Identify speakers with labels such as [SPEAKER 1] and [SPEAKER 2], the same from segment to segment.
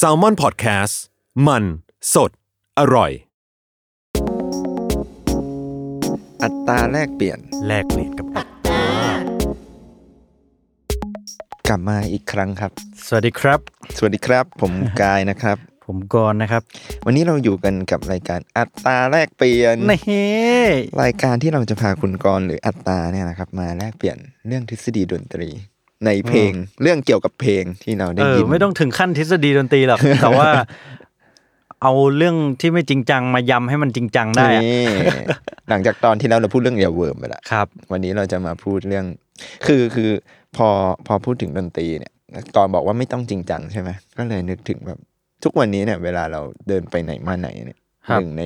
[SPEAKER 1] s a l m o n PODCAST มันสดอร่อย
[SPEAKER 2] อัตราแลกเปลี่ยน
[SPEAKER 3] แลกเปลี่ยนกับอัตราก
[SPEAKER 2] ลับมาอีกครั้งครับ
[SPEAKER 3] สวัสดีครับ
[SPEAKER 2] สวัสดีครับ ผม กาย นะครับ
[SPEAKER 3] ผมกรณ์นะครับ
[SPEAKER 2] วันนี้เราอยู่กันกับรายการอัตราแลกเปลี่ยน
[SPEAKER 3] นี่
[SPEAKER 2] รายการที่เราจะพาคุณกรณ์หรืออัตราเนี่ยนะครับ มาแลกเปลี่ยนเรื่องทฤษฎีดนตรี ในเพลงเรื่องเกี่ยวกับเพลงที่เราได้
[SPEAKER 3] เออ
[SPEAKER 2] ยิน
[SPEAKER 3] ไม่ต้องถึงขั้นทฤษฎีดนตรี หรอก แต่ว่า เอาเรื่องที่ไม่จริงจังมายำให้มันจริงจังได้อะ
[SPEAKER 2] นี่ หลังจากตอนที่แล้วเราพูดเรื่องเอียเวิร์มไปละ
[SPEAKER 3] ครับ
[SPEAKER 2] วันนี้เราจะมาพูดเรื่อง คือคือพอพอพูดถึงดนตรีเนี่ยก่อนบอกว่าไม่ต้องจริงจังใช่ไหมก็เลยนึกถึงแบบทุกวันนี้เนี่ย เวลาเราเดินไปไหนมาไหนเนี่ย
[SPEAKER 3] ครั
[SPEAKER 2] ห
[SPEAKER 3] บ
[SPEAKER 2] นึ่งใน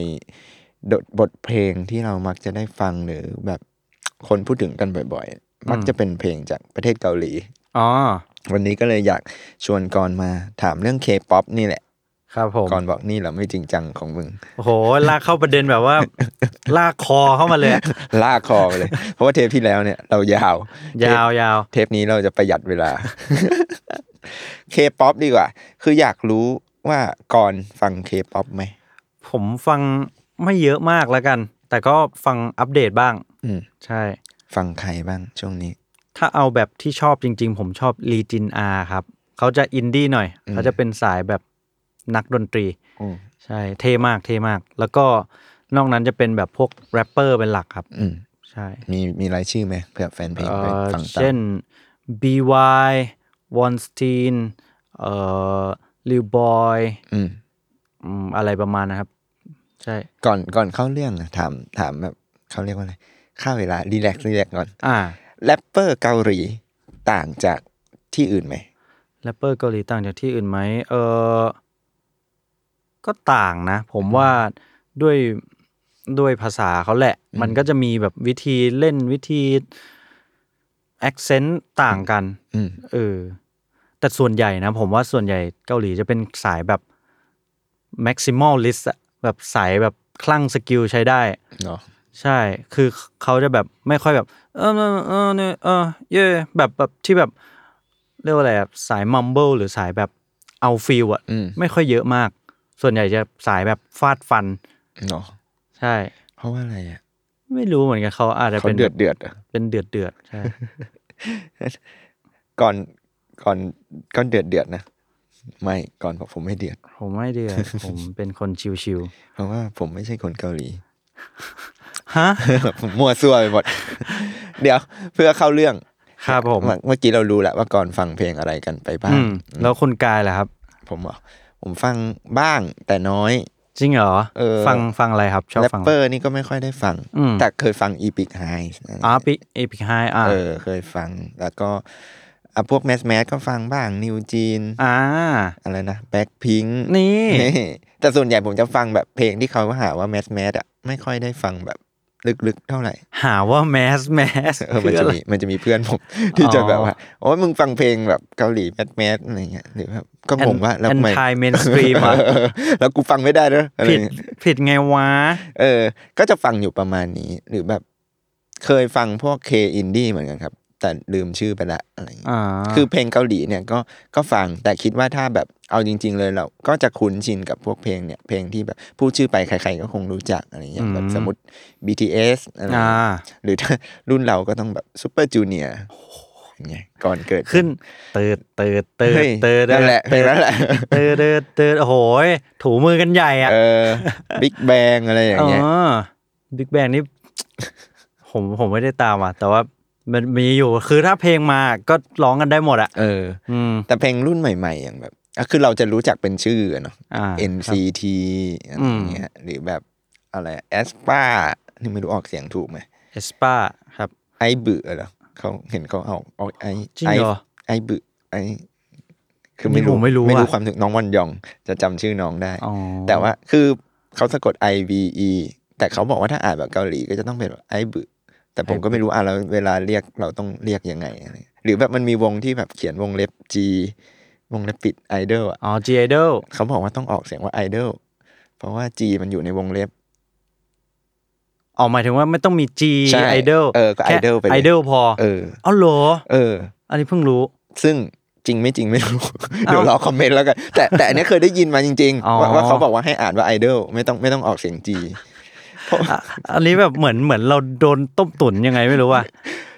[SPEAKER 2] ดบทเพลงที่เรามักจะได้ฟังหรือแบบคนพูดถึงกันบ่อยๆ มักจะเป็นเพลงจากประเทศเกาหลี
[SPEAKER 3] อ๋อ
[SPEAKER 2] วันนี้ก็เลยอยากชวนกอนมาถามเรื่องเคป๊อปนี่แหละ
[SPEAKER 3] ครับผม
[SPEAKER 2] กอนบอกนี่เหราไม่จริงจังของมึง
[SPEAKER 3] โอ้โห ลากเข้าประเด็น แบบว่า ลากคอเข้ามาเลยอะ
[SPEAKER 2] ลากคอไปเลย เพราะว่าเทปที่แล้วเนี่ยเรายาว
[SPEAKER 3] ยาวยาว
[SPEAKER 2] เทปนี้เราจะประหยัดเวลา เคป๊อปดีกว่า คืออยากรู้ว่าก่อนฟังเคป๊อปไหม
[SPEAKER 3] ผมฟังไม่เยอะมากแล้วกัน แต่ก็ฟังอัปเดตบ้าง
[SPEAKER 2] อืม
[SPEAKER 3] ใช่
[SPEAKER 2] ฟังใครบ้างช่วงนี้
[SPEAKER 3] ถ้าเอาแบบที่ชอบจริง ๆ ผมชอบลีจินอาครับ เขาจะอินดี้หน่อย
[SPEAKER 2] อืม
[SPEAKER 3] เขาจะเป็นสายแบบนักดนตรี
[SPEAKER 2] อืม
[SPEAKER 3] ใช่ เท่มากเท่มาก แล้วก็นอกนั้นจะเป็นแบบพวกแรปเปอร์เป็นหลักครับ
[SPEAKER 2] อืม
[SPEAKER 3] ใช่
[SPEAKER 2] มีมีรายชื่อไหมเผื่อแฟนเพลง
[SPEAKER 3] เอ่
[SPEAKER 2] ไป
[SPEAKER 3] อ
[SPEAKER 2] ฟังตาม
[SPEAKER 3] เช่น BY วอนสตีนเอ่อลิวบอย
[SPEAKER 2] อืม
[SPEAKER 3] อะไรประมาณนะครับ ใช่
[SPEAKER 2] ก่อนก่อนเข้าเรื่องอะถามถามแบบเขาเรียกว่าอะไรค่าเวลารีแลกซ์รีแลกก่อน
[SPEAKER 3] อ่า
[SPEAKER 2] แรปเปอร์เกาหลีต่างจากที่อื่นไหม
[SPEAKER 3] แรปเปอร์เกาหลีต่างจากที่อื่นไหมเออก็ต่างนะ ผมว่าด้วยด้วยภาษาเขาแหละ มันก็จะมีแบบวิธีเล่นวิธี accent ต่างกัน
[SPEAKER 2] อืม
[SPEAKER 3] เออ แต่ส่วนใหญ่นะ ผมว่าส่วนใหญ่เกาหลีจะเป็นสายแบบ maximalist อะแบบสายแบบคลั่งสกิลใช้ได้
[SPEAKER 2] เนาะ
[SPEAKER 3] ใช่ คือเขาจะแบบไม่ค่อยแบบ เออเออเออเนี่ยเออเย่แบบแบบที่แบบ เรียกว่าอะไรอะสายมัมเบิลหรือสายแบบเอาฟิลอะ
[SPEAKER 2] อืม
[SPEAKER 3] ไม่ค่อยเยอะมาก ส่วนใหญ่จะสายแบบฟาดฟัน
[SPEAKER 2] เนาะ
[SPEAKER 3] ใช่
[SPEAKER 2] เพราะว่าอะไรอ่ะ
[SPEAKER 3] ไม่รู้เหมือนกันเขาอาจจะ
[SPEAKER 2] เขา
[SPEAKER 3] เป็น
[SPEAKER 2] เดือดเดือดอะ
[SPEAKER 3] เป็นเดือดเดือดใช่
[SPEAKER 2] ก่อนก่อนก่อนเดือดเดือดนะ ไม่ก่อนบอกผมไม่เดือด
[SPEAKER 3] ผมไม่เดือด ผมเป็นคนชิว
[SPEAKER 2] เพราะว่าผมไม่ใช่คนเกาหลี
[SPEAKER 3] ๆฮะ
[SPEAKER 2] ผมมั่วซั่วไปหมด เดี๋ยวเพื่อเข้าเรื่อง
[SPEAKER 3] ครับผม
[SPEAKER 2] เอเมื่อกี้เรารู้แหละว่าก่อนฟังเพลงอะไรกันไปบ้า
[SPEAKER 3] อื
[SPEAKER 2] ง
[SPEAKER 3] มแล้วคนกายล่ะครับ
[SPEAKER 2] ผมเหรอผมฟังบ้างแต่น้อย
[SPEAKER 3] จริงเหรอ
[SPEAKER 2] เออ
[SPEAKER 3] ฟังฟังอะไรครับ ชอบ
[SPEAKER 2] แรป
[SPEAKER 3] ฟังอะ
[SPEAKER 2] เป
[SPEAKER 3] ไร
[SPEAKER 2] อร์นี่ก็ไม่ค่อยได้ฟัง
[SPEAKER 3] อืม
[SPEAKER 2] แต่เคยฟังอีพิกไฮ
[SPEAKER 3] อาร์ปิเอพิไฮอ่า
[SPEAKER 2] เออ เคยฟัง แล้วก็อ่ะพวกแมสแมสก็ฟังบ้างนิวจีน
[SPEAKER 3] อ่า
[SPEAKER 2] อะไรนะแบ็คพิง
[SPEAKER 3] นี่
[SPEAKER 2] แต่ส่วนใหญ่ผมจะฟังแบบเพลงที่เขาหาว่าแมสแมสอ่ะไม่ค่อยได้ฟังแบบลึกๆเท่าไหร่
[SPEAKER 3] หาว่าแมสแมส
[SPEAKER 2] เออมันจะมีมันจะมีเพื่อนผม ที่จะแบบว่าโอ้ยมึงฟังเพลงแบบเกาหลีแมสแมสอะไรเงี้ยหรือแบบก็งงว่าแล้วทำไม
[SPEAKER 3] anti mainstream อะ
[SPEAKER 2] เออแล้วกูฟังไม่ได้ด้วยอะไร
[SPEAKER 3] ผิด
[SPEAKER 2] เงี้ย
[SPEAKER 3] ผิดไงวะ
[SPEAKER 2] เออ ก็จะฟังอยู่ประมาณนี้ หรือแบบเคยฟังพวกเคอินดี้เหมือนกันครับ แต่ลืมชื่อไปละอะไรเงี้ย
[SPEAKER 3] อ่า
[SPEAKER 2] คือเพลงเกาหลีเนี่ยก็ก็ฟังแต่คิดว่าถ้าแบบเอาจริง ๆ เลยเราก็จะคุ้นชินกับพวกเพลงเนี่ยเพลงที่แบบพูดชื่อไปใคร ๆ ก็คงรู้จักอะไรอย่างเงี้ยแบบสมมติ BTS อะไรอย่าง
[SPEAKER 3] อ่า
[SPEAKER 2] เงี้ยหรือถ้ารุ่นเราก็ต้องแบบ Super Junior อย่างเงี้ยก่อนเกิด
[SPEAKER 3] ขึ้นเติร์ดเติร์ดเติร์ด
[SPEAKER 2] เฮ้ย
[SPEAKER 3] เติร์ด
[SPEAKER 2] นั่นแหละเพลงนั่นแหละ
[SPEAKER 3] เติร์ดเติร์ดเติร์ดโอ้โหยถูมือกันใหญ่อ่ะ
[SPEAKER 2] เออ Big Bang อะไรอย่างเงี้ย
[SPEAKER 3] บิ๊กแบงนี่ ผมผมไม่ได้ตามอ่ะ แต่ว่ามันมีอยู่คือถ้าเพลงมาก็ร้องกันได้หมดอ่ะ
[SPEAKER 2] เออ
[SPEAKER 3] อืม
[SPEAKER 2] แต่เพลงรุ่นใหม่ ๆ อย่างแบบอ่ะคือเราจะรู้จักเป็นชื่ออะเนาะ
[SPEAKER 3] อ่า
[SPEAKER 2] NCT อะไรอย่างเงี้ยหรือแบบอะไรแอสปานี่ไม่รู้ออกเสียงถูกไหม
[SPEAKER 3] เอสปาครับ
[SPEAKER 2] ไอ้เบื่อเหรอเขาเห็นเขาเอาเอาไอ้
[SPEAKER 3] จริงเหรอ
[SPEAKER 2] ไอ้ไอ้เบื่อไอ้ คือไม่รู้
[SPEAKER 3] ผมไม่รู้
[SPEAKER 2] ไม่รู้
[SPEAKER 3] อะ
[SPEAKER 2] ความถึงน้องวันยองจะจำชื่อน้องได้
[SPEAKER 3] อ๋อ
[SPEAKER 2] แต่ว่าคือเขาสะกด I V E แต่เขาบอกว่าถ้าอ่านแบบเกาหลีก็จะต้องเป็นแบบไอบึแต่ผมก็ไม่รู้อ่ะแล้วเวลาเรียกเราต้องเรียกยังไงอะไรเงี้ยหรือแบบมันมีวงที่แบบเขียนวงเล็บ G วงเล็บปิดไอดอลอ่ะ
[SPEAKER 3] อ๋อจีไอดล
[SPEAKER 2] เขาบอกว่าต้องออกเสียงว่าไอดอลเพราะว่า G มันอยู่ในวงเล็บ
[SPEAKER 3] อ๋อหมายถึงว่าไม่ต้องมีจี
[SPEAKER 2] ใช่
[SPEAKER 3] ไอดล
[SPEAKER 2] เออก็ idol ไปเลย
[SPEAKER 3] ไอดลพอ
[SPEAKER 2] เออ
[SPEAKER 3] เอาเหรอ
[SPEAKER 2] เออ
[SPEAKER 3] อันนี้เพิ่งรู้
[SPEAKER 2] ซึ่งจริงไม่จริงไม่รู้
[SPEAKER 3] เอ้า
[SPEAKER 2] เดี๋ยวรอคอมเมนต์แล้วกัน แต่แต่อันเนี้ยเคยได้ยินมาจริง
[SPEAKER 3] อ๋อ
[SPEAKER 2] ๆว่าว่าเขาบอกว่าให้อ่านว่าไอดอลไม่ต้องไม่ต้องออกเสียง G
[SPEAKER 3] อ่ะอันนี้แบบเหมือนเหมือนเราโดนต้มตุ๋นยังไงไม่รู้ว่า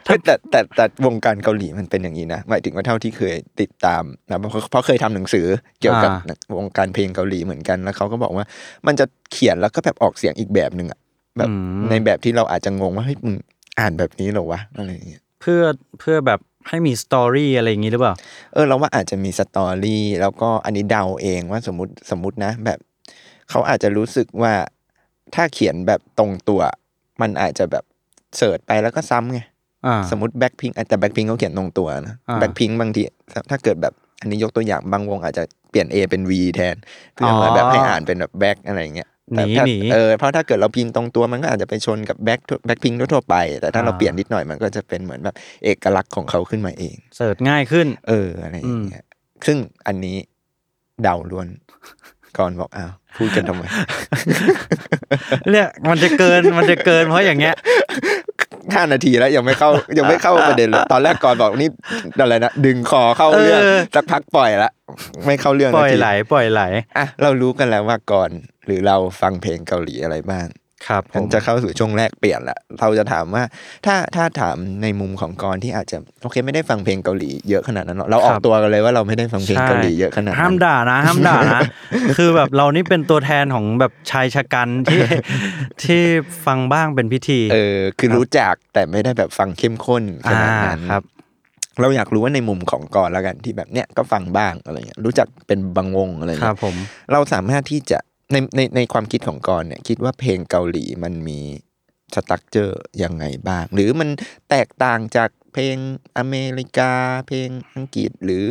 [SPEAKER 2] แต่แต่แต่แต่วงการเกาหลีมันเป็นอย่างนี้นะหมายถึงว่าเท่าที่เคยติดตามนะเพราะเพราะเคยทำหนังสือเกี่ยวกับ
[SPEAKER 3] อ่า
[SPEAKER 2] วงการเพลงเกาหลีเหมือนกันแล้วเขาก็บอกว่า มันจะเขียนแล้วก็แบบออกเสียงอีกแบบหนึ่งอะแบบในแบบที่เราอาจจะงงว่าเฮ้ยมึงอ่านแบบนี้เหรอวะอะไรอย่างเงี้ย
[SPEAKER 3] เพื่อเพื่อแบบให้มีสตอรี่อะไรอย่างงี้หรือเปล่า
[SPEAKER 2] เออเราว่าอาจจะมีสตอรี่แล้วก็อันนี้เดาเองว่าสมมติสมมตินะ แบบเขาอาจจะรู้สึกว่าถ้าเขียนแบบตรงตัว มันอาจจะแบบเสิร์ชไปแล้วก็ซ้ำไง
[SPEAKER 3] อ่า
[SPEAKER 2] สมมติแบ็คพิงแต่แบ็คพิงเขาเขียนตรงตัวนะ
[SPEAKER 3] อ่า
[SPEAKER 2] แบ็คพิงบางทีถ้าถ้าเกิดแบบอันนี้ยกตัวอย่างบางวงอาจจะเปลี่ยน A เป็น V แทน เพื่อมา
[SPEAKER 3] อ๋อ
[SPEAKER 2] แบบให้อ่านเป็นแบบแบ็คอะไรอย่างเงี้ยแต่
[SPEAKER 3] หนี
[SPEAKER 2] ถ้า
[SPEAKER 3] หนี
[SPEAKER 2] เออเพราะถ้าเกิดเราพิงตรงตัวมันก็อาจจะไปชนกับแบ็คแบ็คพิงทั่วๆไป แต่ถ้าเรา
[SPEAKER 3] อ่า
[SPEAKER 2] เปลี่ยนนิดหน่อยมันก็จะเป็นเหมือนแบบเอกลักษณ์ของเขาขึ้นมาเอง
[SPEAKER 3] เสิร์ชง่ายขึ้น
[SPEAKER 2] เอออะไรอย่างเงี้ยซึ่งอันนี้เดาล้วน ก่อนบอกอ้าวพูดกันทำไม
[SPEAKER 3] เนี่ยมันจะเกินมันจะเกินเพราะอย่างเงี้ย
[SPEAKER 2] ห้านาทีแล้วยังไม่เข้า ยังไม่เข้าประเด็นเลยตอนแรกก่อนบอกนี่อะไรนะดึงคอเข้าเรื่อง
[SPEAKER 3] เออ
[SPEAKER 2] สักพักปล่อยละไม่เข้าเรื่อง
[SPEAKER 3] ปล่
[SPEAKER 2] นา
[SPEAKER 3] อย
[SPEAKER 2] ที
[SPEAKER 3] ไหลปล่อยไหล
[SPEAKER 2] อ่ะเรารู้กันแล้วว่าก่อนหรือเราฟังเพลงเกาหลีอะไรบ้าง
[SPEAKER 3] ครับผ
[SPEAKER 2] ฉัน
[SPEAKER 3] ม
[SPEAKER 2] จะเข้าสู่ช่วงแรกเปลี่ยนละเราจะถามว่าถ้าถ้าถามในมุมของกรที่อาจจะโอเคไม่ได้ฟังเพลงเกาหลีเยอะขนาดนั้นหรอกเราออกตัวกันเลยว่าเราไม่ได้ฟังเพลงเกาหลีเยอะขนาด
[SPEAKER 3] ห้า
[SPEAKER 2] นั้
[SPEAKER 3] ม
[SPEAKER 2] น
[SPEAKER 3] ด่า นะ ห้ามด่านะ คือแบบเรานี่เป็นตัวแทนของแบบชายชะกัน ที่ ที่ฟังบ้างเป็นพิธี
[SPEAKER 2] เออคือรู้จักแต่ไม่ได้แบบฟังเข้มข้นขนาดนั้น
[SPEAKER 3] อ่ครับ
[SPEAKER 2] เราอยากรู้ว่าในมุมของกรแล้วกันที่แบบเนี้ยก็ฟังบ้างอะไรเงี้ยรู้จักเป็นบางวงอะไร
[SPEAKER 3] ครั
[SPEAKER 2] เงี้
[SPEAKER 3] บ
[SPEAKER 2] ย
[SPEAKER 3] ผม
[SPEAKER 2] เราสามารถที่จะในในในความคิดของกรเนี่ยคิดว่าเพลงเกาหลีมันมีสตั๊กเจอร์ยังไงบ้าง หรือมันแตกต่างจากเพลงอเมริกา เพลงอังกฤษหรือ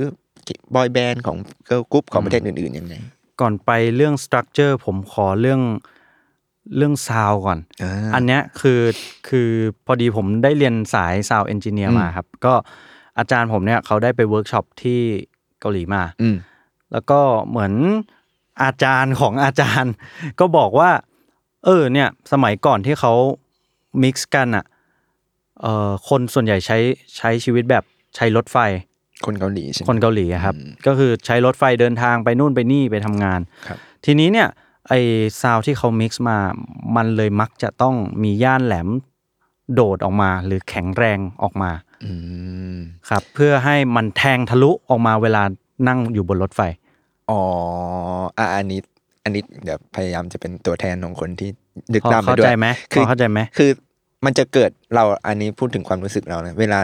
[SPEAKER 2] บอยแบนด์ของเกิร์ลกรุ๊ปของประเทศอื่นๆยังไง
[SPEAKER 3] ก่อนไปเรื่องสตรัคเจอร์ผมขอเรื่องเรื่องซาวก่อน
[SPEAKER 2] อ่า
[SPEAKER 3] อันเนี้ยคือคือพอดีผมได้เรียนสายซาวเอนจิเนียร์
[SPEAKER 2] อืม
[SPEAKER 3] มาครับ ก็อาจารย์ผมเนี่ยเขาได้ไปเวิร์กช็อปที่เกาหลีมา
[SPEAKER 2] อืม
[SPEAKER 3] แล้วก็เหมือนอาจารย์ของอาจารย์ ก็บอกว่า เออเนี่ยสมัยก่อนที่เขามิกซ์กันอ่ะเอ่อคนส่วนใหญ่ใช้ใช้ชีวิตแบบใช้รถไฟ
[SPEAKER 2] คนเกาหลีใช่ไหม
[SPEAKER 3] คนเกาหลีอะครับ
[SPEAKER 2] อืม
[SPEAKER 3] ก็คือใช้รถไฟเดินทางไปนู่นไปนี่ไปทำงาน
[SPEAKER 2] ครับ
[SPEAKER 3] ทีนี้เนี่ยไอ้ซาวด์ที่เขามิกซ์มา มันเลยมักจะต้องมีย่านแหลมโดดออกมา หรือแข็งแรงออกมา
[SPEAKER 2] อืม
[SPEAKER 3] ครับ เพื่อให้มันแทงทะลุออกมาเวลานั่งอยู่บนรถไฟ
[SPEAKER 2] อ๋ออ่ะอันนี้อันนี้เดี๋ยวพยายามจะเป็นตัวแทนของคนที่ดึกดำไปด้ว
[SPEAKER 3] พอเข้าย ใจไหม
[SPEAKER 2] ค
[SPEAKER 3] พอเข้าใจไหม
[SPEAKER 2] คือมันจะเกิดเราอันนี้พูดถึงความรู้สึกเรานะเวลา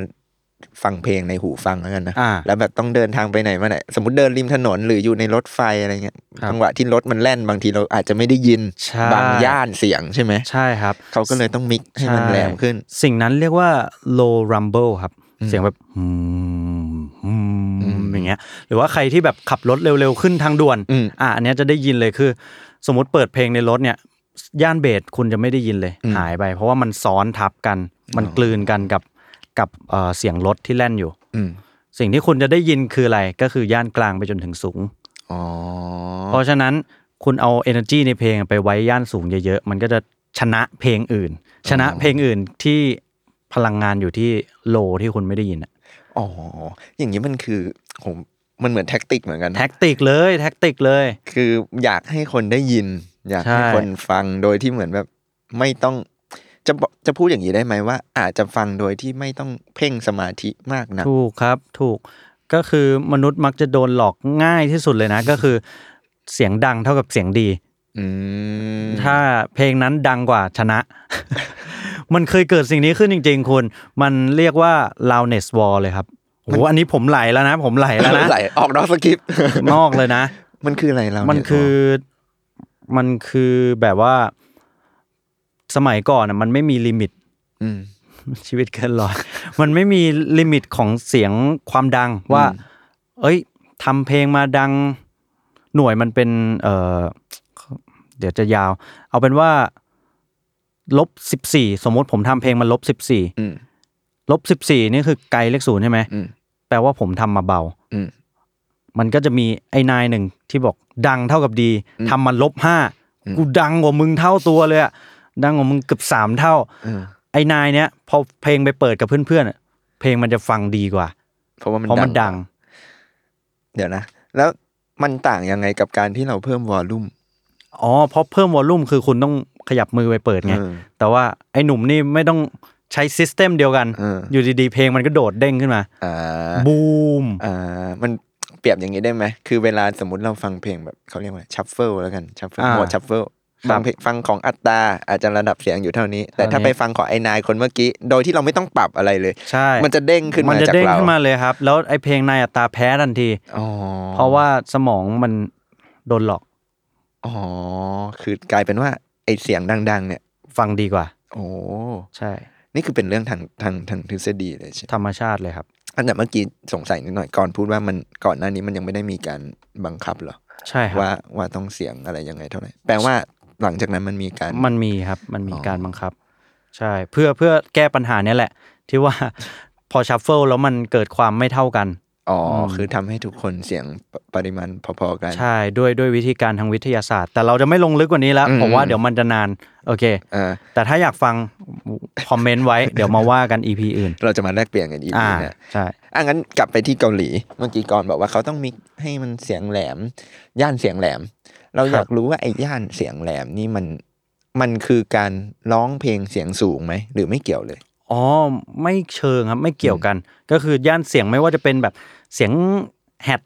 [SPEAKER 2] ฟังเพลงในหูฟังแล้วกันนะ
[SPEAKER 3] อ่า
[SPEAKER 2] แล้วแบบต้องเดินทางไปไหนมาไหนสมมติเดินริมถนนหรืออยู่ในรถไฟอะไรเงี้ย
[SPEAKER 3] ครับ
[SPEAKER 2] จังหวะที่รถมันแล่นบางทีเราอาจจะไม่ได้ยิน
[SPEAKER 3] ใช่
[SPEAKER 2] บางย่านเสียงใช่ไหม
[SPEAKER 3] ใช่ครับ
[SPEAKER 2] เขาก็เลยต้องมิกซ์ให้มัน
[SPEAKER 3] ใช่
[SPEAKER 2] แหลมขึ้น
[SPEAKER 3] สิ่งนั้นเรียกว่า low rumble ครับ เสียงแบบอืมอืมอย่างเงี้ย หรือว่าใครที่แบบขับรถเร็วๆ ขึ้นทางด่วน
[SPEAKER 2] อืม
[SPEAKER 3] อ่ะอันเนี้ยจะได้ยินเลยคือ สมมติเปิดเพลงในรถเนี่ย ย่านเบสคุณจะไม่ได้ยินเลย
[SPEAKER 2] อืม
[SPEAKER 3] หายไป เพราะว่ามันซ้อนทับกัน มันกลืนกันกับกับเอ่อเสียงรถที่แล่นอยู่
[SPEAKER 2] อืม
[SPEAKER 3] สิ่งที่คุณจะได้ยินคืออะไรก็คือย่านกลางไปจนถึงสูง
[SPEAKER 2] อ๋อ
[SPEAKER 3] เพราะฉะนั้นคุณเอา energy ในเพลงไปไว้ย่านสูงเยอะๆ มันก็จะชนะเพลงอื่น ชนะเพลงอื่นที่พลังงานอยู่ที่โลที่คุณไม่ได้ยินอะ
[SPEAKER 2] อ๋ออย่างนี้มันคือผมมันเหมือนแท็กติกเหมือนกันนะ
[SPEAKER 3] แท็กติกเลย แท็กติกเลย
[SPEAKER 2] คืออยากให้คนได้ยิน อยากให้
[SPEAKER 3] ใช่
[SPEAKER 2] คนฟังโดยที่เหมือนแบบไม่ต้องจะบอกจะพูดอย่างนี้ได้ไหมว่า อาจจะฟังโดยที่ไม่ต้องเพ่งสมาธิมากนะ
[SPEAKER 3] ถูกครับถูกก็คือมนุษย์มักจะโดนหลอกง่ายที่สุดเลยนะ ก็คือเสียงดังเท่ากับเสียงดี
[SPEAKER 2] อืม
[SPEAKER 3] ถ้าเพลงนั้นดังกว่าชนะ มันเคยเกิดสิ่งนี้ขึ้นจริง ๆ คุณ มันเรียกว่า loudness wall เลยครับโอ้โหอันนี้ผมไหลแล้วนะ ผมไหลแล้วนะ
[SPEAKER 2] ไหลออกนอกสคริปต์
[SPEAKER 3] นอกเลยนะ
[SPEAKER 2] มันคืออะไรเรา
[SPEAKER 3] มั
[SPEAKER 2] มัน
[SPEAKER 3] คือมันคือแบบว่าสมัยก่อนน่ะมันไม่มีลิมิต
[SPEAKER 2] ม
[SPEAKER 3] ชี วิตเกินร้อย มันไม่มีลิมิตของเสียงความดังว่า เอ้ย ทำเพลงมาดังหน่วยมันเป็นเออเดี๋ยวจะยาว เอาเป็นว่าลบสิบสี่สมมติผมทำเพลงมันลบสิบสี่
[SPEAKER 2] อืม
[SPEAKER 3] ลบสิบสี่นี่คือไกลเลขศูนย์ใช่ไหม
[SPEAKER 2] อืม
[SPEAKER 3] แปลว่าผมทำมาเบา
[SPEAKER 2] อืม
[SPEAKER 3] มันก็จะมีไอ้นายหนึ่งที่บอกดังเท่ากับดีทำมันลบห้า
[SPEAKER 2] อืม
[SPEAKER 3] กูดังกว่ามึงเท่าตัวเลยอะดังกว่ามึงเกือบสามเท่า
[SPEAKER 2] เออ
[SPEAKER 3] ไอ้นายเนี้ยพอเพลงไปเปิดกับเพื่อนๆอะเพลงมันจะฟังดีกว่า
[SPEAKER 2] เพราะว่ามัน
[SPEAKER 3] เพราะมันดัง
[SPEAKER 2] เดี๋ยวนะ แล้วมันต่างยังไงกับการที่เราเพิ่มวอลลุ่ม
[SPEAKER 3] อ๋อเพราะเพิ่มวอลลุ่มคือคุณต้องขยับมือไปเปิดไง
[SPEAKER 2] เออ
[SPEAKER 3] แต่ว่าไอ้หนุ่มนี่ไม่ต้องใช้ซิสเต็มเดียวกัน
[SPEAKER 2] เอออ
[SPEAKER 3] อยู่ดีๆ เพลงมันก็โดดเด้งขึ้นมา
[SPEAKER 2] อ่า
[SPEAKER 3] บูม
[SPEAKER 2] อ่ามันเปรียบอย่างนี้ได้ไหม คือเวลาสมมติเราฟังเพลงแบบเขาเรียกว่าชัฟเฟิลแล้วกันชัฟเฟิล
[SPEAKER 3] อ่า
[SPEAKER 2] หมวดชัฟเฟิล
[SPEAKER 3] ครับ
[SPEAKER 2] ฟังเพลงฟังของอัตตราอาจจะระดับเสียงอยู่เท่านี้ แต่
[SPEAKER 3] เท่านี้
[SPEAKER 2] ถ้าไปฟังของไอ้นายคนเมื่อกี้ โดยที่เราไม่ต้องปรับอะไรเลย
[SPEAKER 3] ใช่
[SPEAKER 2] มันจะเด้งขึ้น
[SPEAKER 3] มัน
[SPEAKER 2] มา
[SPEAKER 3] จะ
[SPEAKER 2] จาก
[SPEAKER 3] เด้ง
[SPEAKER 2] เรา
[SPEAKER 3] ขึ้นมาเลยครับ แล้วไอ้เพลงนายอัตราแพ้ทันที
[SPEAKER 2] อ๋อ
[SPEAKER 3] เพราะว่าสมองมันโดนหลอก
[SPEAKER 2] อ๋อคือกลายเป็นว่าไอ้เสียงดัง ๆ เนี่ย
[SPEAKER 3] ฟังดีกว่า
[SPEAKER 2] โอ้
[SPEAKER 3] ใช่
[SPEAKER 2] นี่คือเป็นเรื่องทางทางทางทฤษฎีเลยใช่ไหม
[SPEAKER 3] ธรรมชาติเลยครับ
[SPEAKER 2] อันแต่เมื่อกี้สงสัยนิดหน่อยก่อนพูดว่ามันก่อนหน้านี้มันยังไม่ได้มีการบังคับเหรอ
[SPEAKER 3] ใช่ครับ
[SPEAKER 2] ว่าว่าต้องเสียงอะไรยังไงเท่าไหร่แปลว่าหลังจากนั้นมันมีการ
[SPEAKER 3] มันมีครับ มันมี
[SPEAKER 2] อ๋อ
[SPEAKER 3] การบังคับ ใช่ เพื่อเพื่อแก้ปัญหาเนี้ยแหละ ที่ว่า พอชัฟเฟิลแล้วมันเกิดความไม่เท่ากัน
[SPEAKER 2] อ๋ออ
[SPEAKER 3] ม
[SPEAKER 2] คือทำให้ทุกคนเสียงปปริมาณพอๆกัน
[SPEAKER 3] ใช่ด้วยด้วยวิธีการทางวิทยาศาสตร์ แต่เราจะไม่ลงลึกกว่านี้แล้ว
[SPEAKER 2] อืม
[SPEAKER 3] ผมว่าเดี๋ยวมันจะนาน โอเค
[SPEAKER 2] อ่า
[SPEAKER 3] แต่ถ้าอยากฟังคอมเมนต์ไว้ เดี๋ยวมาว่ากัน EP อื่น
[SPEAKER 2] เราจะมาแลกเปลี่ยนกันอีก
[SPEAKER 3] อ่า
[SPEAKER 2] ทีนะ
[SPEAKER 3] ใช่
[SPEAKER 2] อ่ะงั้นกลับไปที่เกาหลี เมื่อกี้ก่อนบอกว่าเขาต้องมีให้มันเสียงแหลม ย่านเสียงแหลม เราอยากรู้ว่าไอ้ย่านเสียงแหลมนี่มันมันคือการร้องเพลงเสียงสูงไหมหรือไม่เกี่ยวเลย
[SPEAKER 3] อ๋อไม่เชิงครับไม่เกี่ยวกัน ก็คือย่านเสียงไม่ว่าจะเป็นแบบเสียงแฮด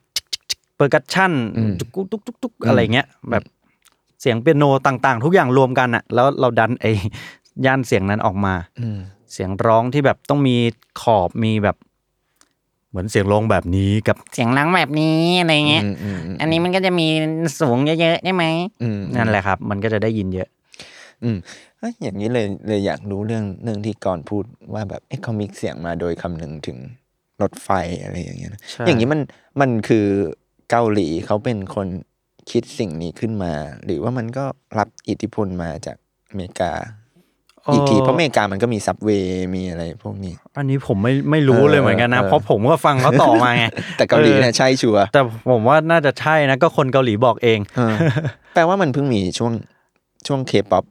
[SPEAKER 3] เปอร์กัชชั่น
[SPEAKER 2] อืม
[SPEAKER 3] จุกกุ๊กตุ๊กตุ๊กตุ๊กอะไรเงี้ยแบบเสียงเปียโนต่างๆ ทุกอย่างรวมกันอะแล้วเราดันไอ้ย่านเสียงนั้นออกมา
[SPEAKER 2] อืม
[SPEAKER 3] เสียงร้องที่แบบต้องมีขอบมีแบบ เหมือนเสียงร้องแบบนี้กับ
[SPEAKER 4] เสียงร้องแบบนี้อะไรเงี้ย
[SPEAKER 2] อืมอืมอืม
[SPEAKER 4] อันนี้มันก็จะมีสูงเยอะๆ ได้ไหม
[SPEAKER 2] อืม
[SPEAKER 3] นั่นแหละครับ มันก็จะได้ยินเยอะ
[SPEAKER 2] อืมเอ้ยอย่างนี้เลยเลยอยากรู้เรื่องเรื่องที่ก่อนพูดว่าแบบเอ๊ะเขามิกเสียงมาโดยคำนึงถึงรถไฟอะไรอย่างเงี้ยนะ อย่างนี้มันมันคือเกาหลีเขาเป็นคนคิดสิ่งนี้ขึ้นมา หรือว่ามันก็รับอิทธิพลมาจากอเมริกา
[SPEAKER 3] เอ่ออี
[SPEAKER 2] อีกทีเพราะอเมริกามันก็มีซับเวย์มีอะไรพวกนี้
[SPEAKER 3] อันนี้ผมไม่ไม่รู้เลยเหมือนกันนะ
[SPEAKER 2] เออ
[SPEAKER 3] เพราะผมก็ฟังเขาต่อมาไง
[SPEAKER 2] แต่เกาหลีเนี่ย
[SPEAKER 3] เออ
[SPEAKER 2] ใช่ชัวร์
[SPEAKER 3] แต่ผมว่าน่าจะใช่นะ ก็คนเกาหลีบอกเอง
[SPEAKER 2] เออ แปลว่ามันเพิ่งมีช่วงช่วงเคป๊อป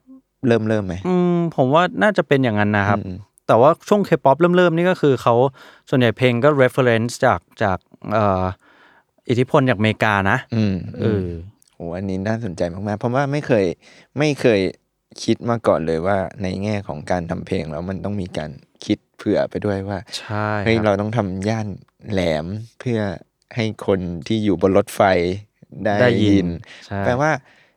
[SPEAKER 2] เริ่มเริ่มไหม
[SPEAKER 3] อืมผมว่าน่าจะเป็นอย่างนั้นนะครับ
[SPEAKER 2] อืม
[SPEAKER 3] แต่ว่าช่วงเคป๊อปเริ่มเริ่มๆนี่ก็คือเขาส่วนใหญ่เพลงก็ reference จากจากเอ่ออิทธิพลจากอเมริกานะ
[SPEAKER 2] อืม
[SPEAKER 3] เอ
[SPEAKER 2] อืม
[SPEAKER 3] อ
[SPEAKER 2] โหอันนี้น่าสนใจมากๆ เพราะว่าไม่เคยไม่เคยคิดมาก่อนเลยว่าในแง่ของการทำเพลงแล้วมันต้องมีการคิดเผื่อไปด้วยว่า
[SPEAKER 3] ใช่
[SPEAKER 2] เฮ้ย
[SPEAKER 3] ครับ
[SPEAKER 2] เราต้องทำย่านแหลมเพื่อให้คนที่อยู่บนรถไฟได้
[SPEAKER 3] ได้ยิ
[SPEAKER 2] ยิ
[SPEAKER 3] น
[SPEAKER 2] น
[SPEAKER 3] ใช่
[SPEAKER 2] แปลว่า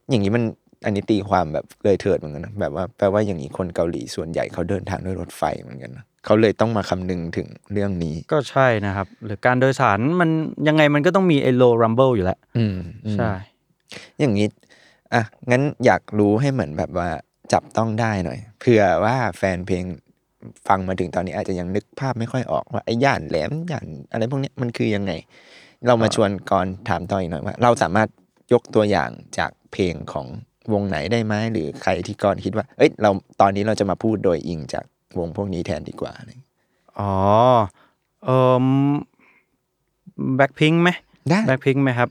[SPEAKER 2] อย่างนี้มันอันนี้ตีความแบบเลยเถิดเหมือนกันนะแบบว่าแปลว่าอย่างนี้คนเกาหลีส่วนใหญ่เขาเดินทางด้วยรถไฟเหมือนกันนะเขาเลยต้องมาคำนึงถึงเรื่องนี้
[SPEAKER 3] ก็ใช่นะครับ หรือการโดยสารมันยังไงมันก็ต้องมีไอโลรัมเบิลอยู่แล้ว
[SPEAKER 2] อืมอืม
[SPEAKER 3] ใช่
[SPEAKER 2] อย่างนี้อ่ะงั้นอยากรู้ให้เหมือนแบบว่าจับต้องได้หน่อยเผื่อว่าแฟนเพลงฟังมาถึงตอนนี้อาจจะยังนึกภาพไม่ค่อยออกว่าไอ้ย่านแหลมย่านอะไรพวกเนี้ยมันคือยังไง เรามาชวนก่อนถามต่ออีกหน่อยว่า เราสามารถยกตัวอย่างจากเพลงของวงไหนได้ไหมหรือใครที่ก่อนคิดว่า เอ้ยเราตอนนี้เราจะมาพูดโดยอิงจากวงพวกนี้แทนดีกว่าอะไรอย่างเงี้ย
[SPEAKER 3] อ๋อ เอ่อแบ็คพิงไหม
[SPEAKER 2] ได้
[SPEAKER 3] แบ็คพิงไหมครับ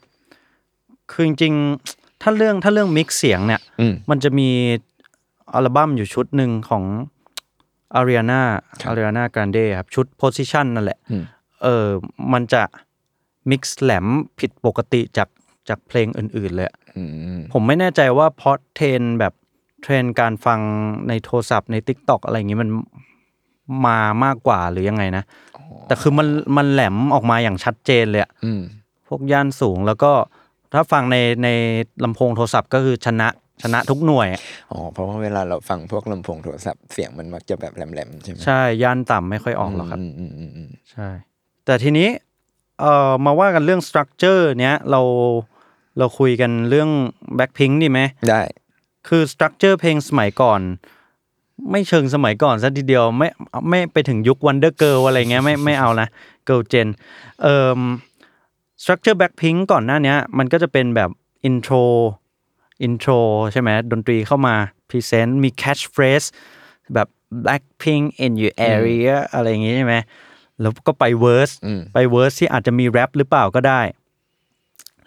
[SPEAKER 3] คือจริงๆ ถ้าเรื่องถ้าเรื่องมิกเสียงเนี่ย
[SPEAKER 2] อืม
[SPEAKER 3] มันจะมีอัลบั้มอยู่ชุดหนึ่งของอารีนาอารีนาการเดครับ ชุด Position นั่นแหละ
[SPEAKER 2] อืม
[SPEAKER 3] เออมันจะมิกซ์แหลมผิดปกติจากจากเพลงอื่นๆเลยอะ
[SPEAKER 2] อืม
[SPEAKER 3] ผมไม่แน่ใจว่าเพราะเทรนแบบเทรนการฟังในโทรศัพท์ใน t ิ k t o k อะไรอย่างนี้มันมามากกว่าหรือยังไงนะ แต่คือมันมันแหลมออกมาอย่างชัดเจนเลยอะ
[SPEAKER 2] อืม
[SPEAKER 3] พวกย่านสูงแล้วก็ถ้าฟังในในลำโพงโทรศัพท์ก็คือชนะชนะทุกหน่วยอะ
[SPEAKER 2] อ๋อเพราะว่าเวลาเราฟังพวกลำโพงโทรศัพท์เสียงมันมักจะแบบแหลมๆใช่ไหม
[SPEAKER 3] ใช่ย่านต่ำไม่ค่อยออกหรอกครับ
[SPEAKER 2] มอืมอืมอืม
[SPEAKER 3] ใช่ แต่ทีนี้เอ่อมาว่ากันเรื่องสตรัคเจอร์เนี้ยเราเราคุยกันเรื่องแบ็คพิงดีไหม
[SPEAKER 2] ได้
[SPEAKER 3] คือสตรัคเจอร์เพลงสมัยก่อน ไม่เชิงสมัยก่อนซะทีเดียวไม่ไม่ไปถึงยุควันเดอร์เกิลอะไรเงี้ยไม่ไม่เอานะเกิลเจนเอ่อ Structure Blackpink ก่อนหน้าเนี้ย มันก็จะเป็นแบบอินโทรอินโทรใช่ไหมดนตรีเข้ามาพรีเซนต์มี catchphrase แบบ Blackpink in your area อะไรอย่างงี้ใช่ไหมแล้วก็ไปเวอร์ส
[SPEAKER 2] อืม
[SPEAKER 3] ไปเวอร์สที่อาจจะมีแรปหรือเปล่าก็ได้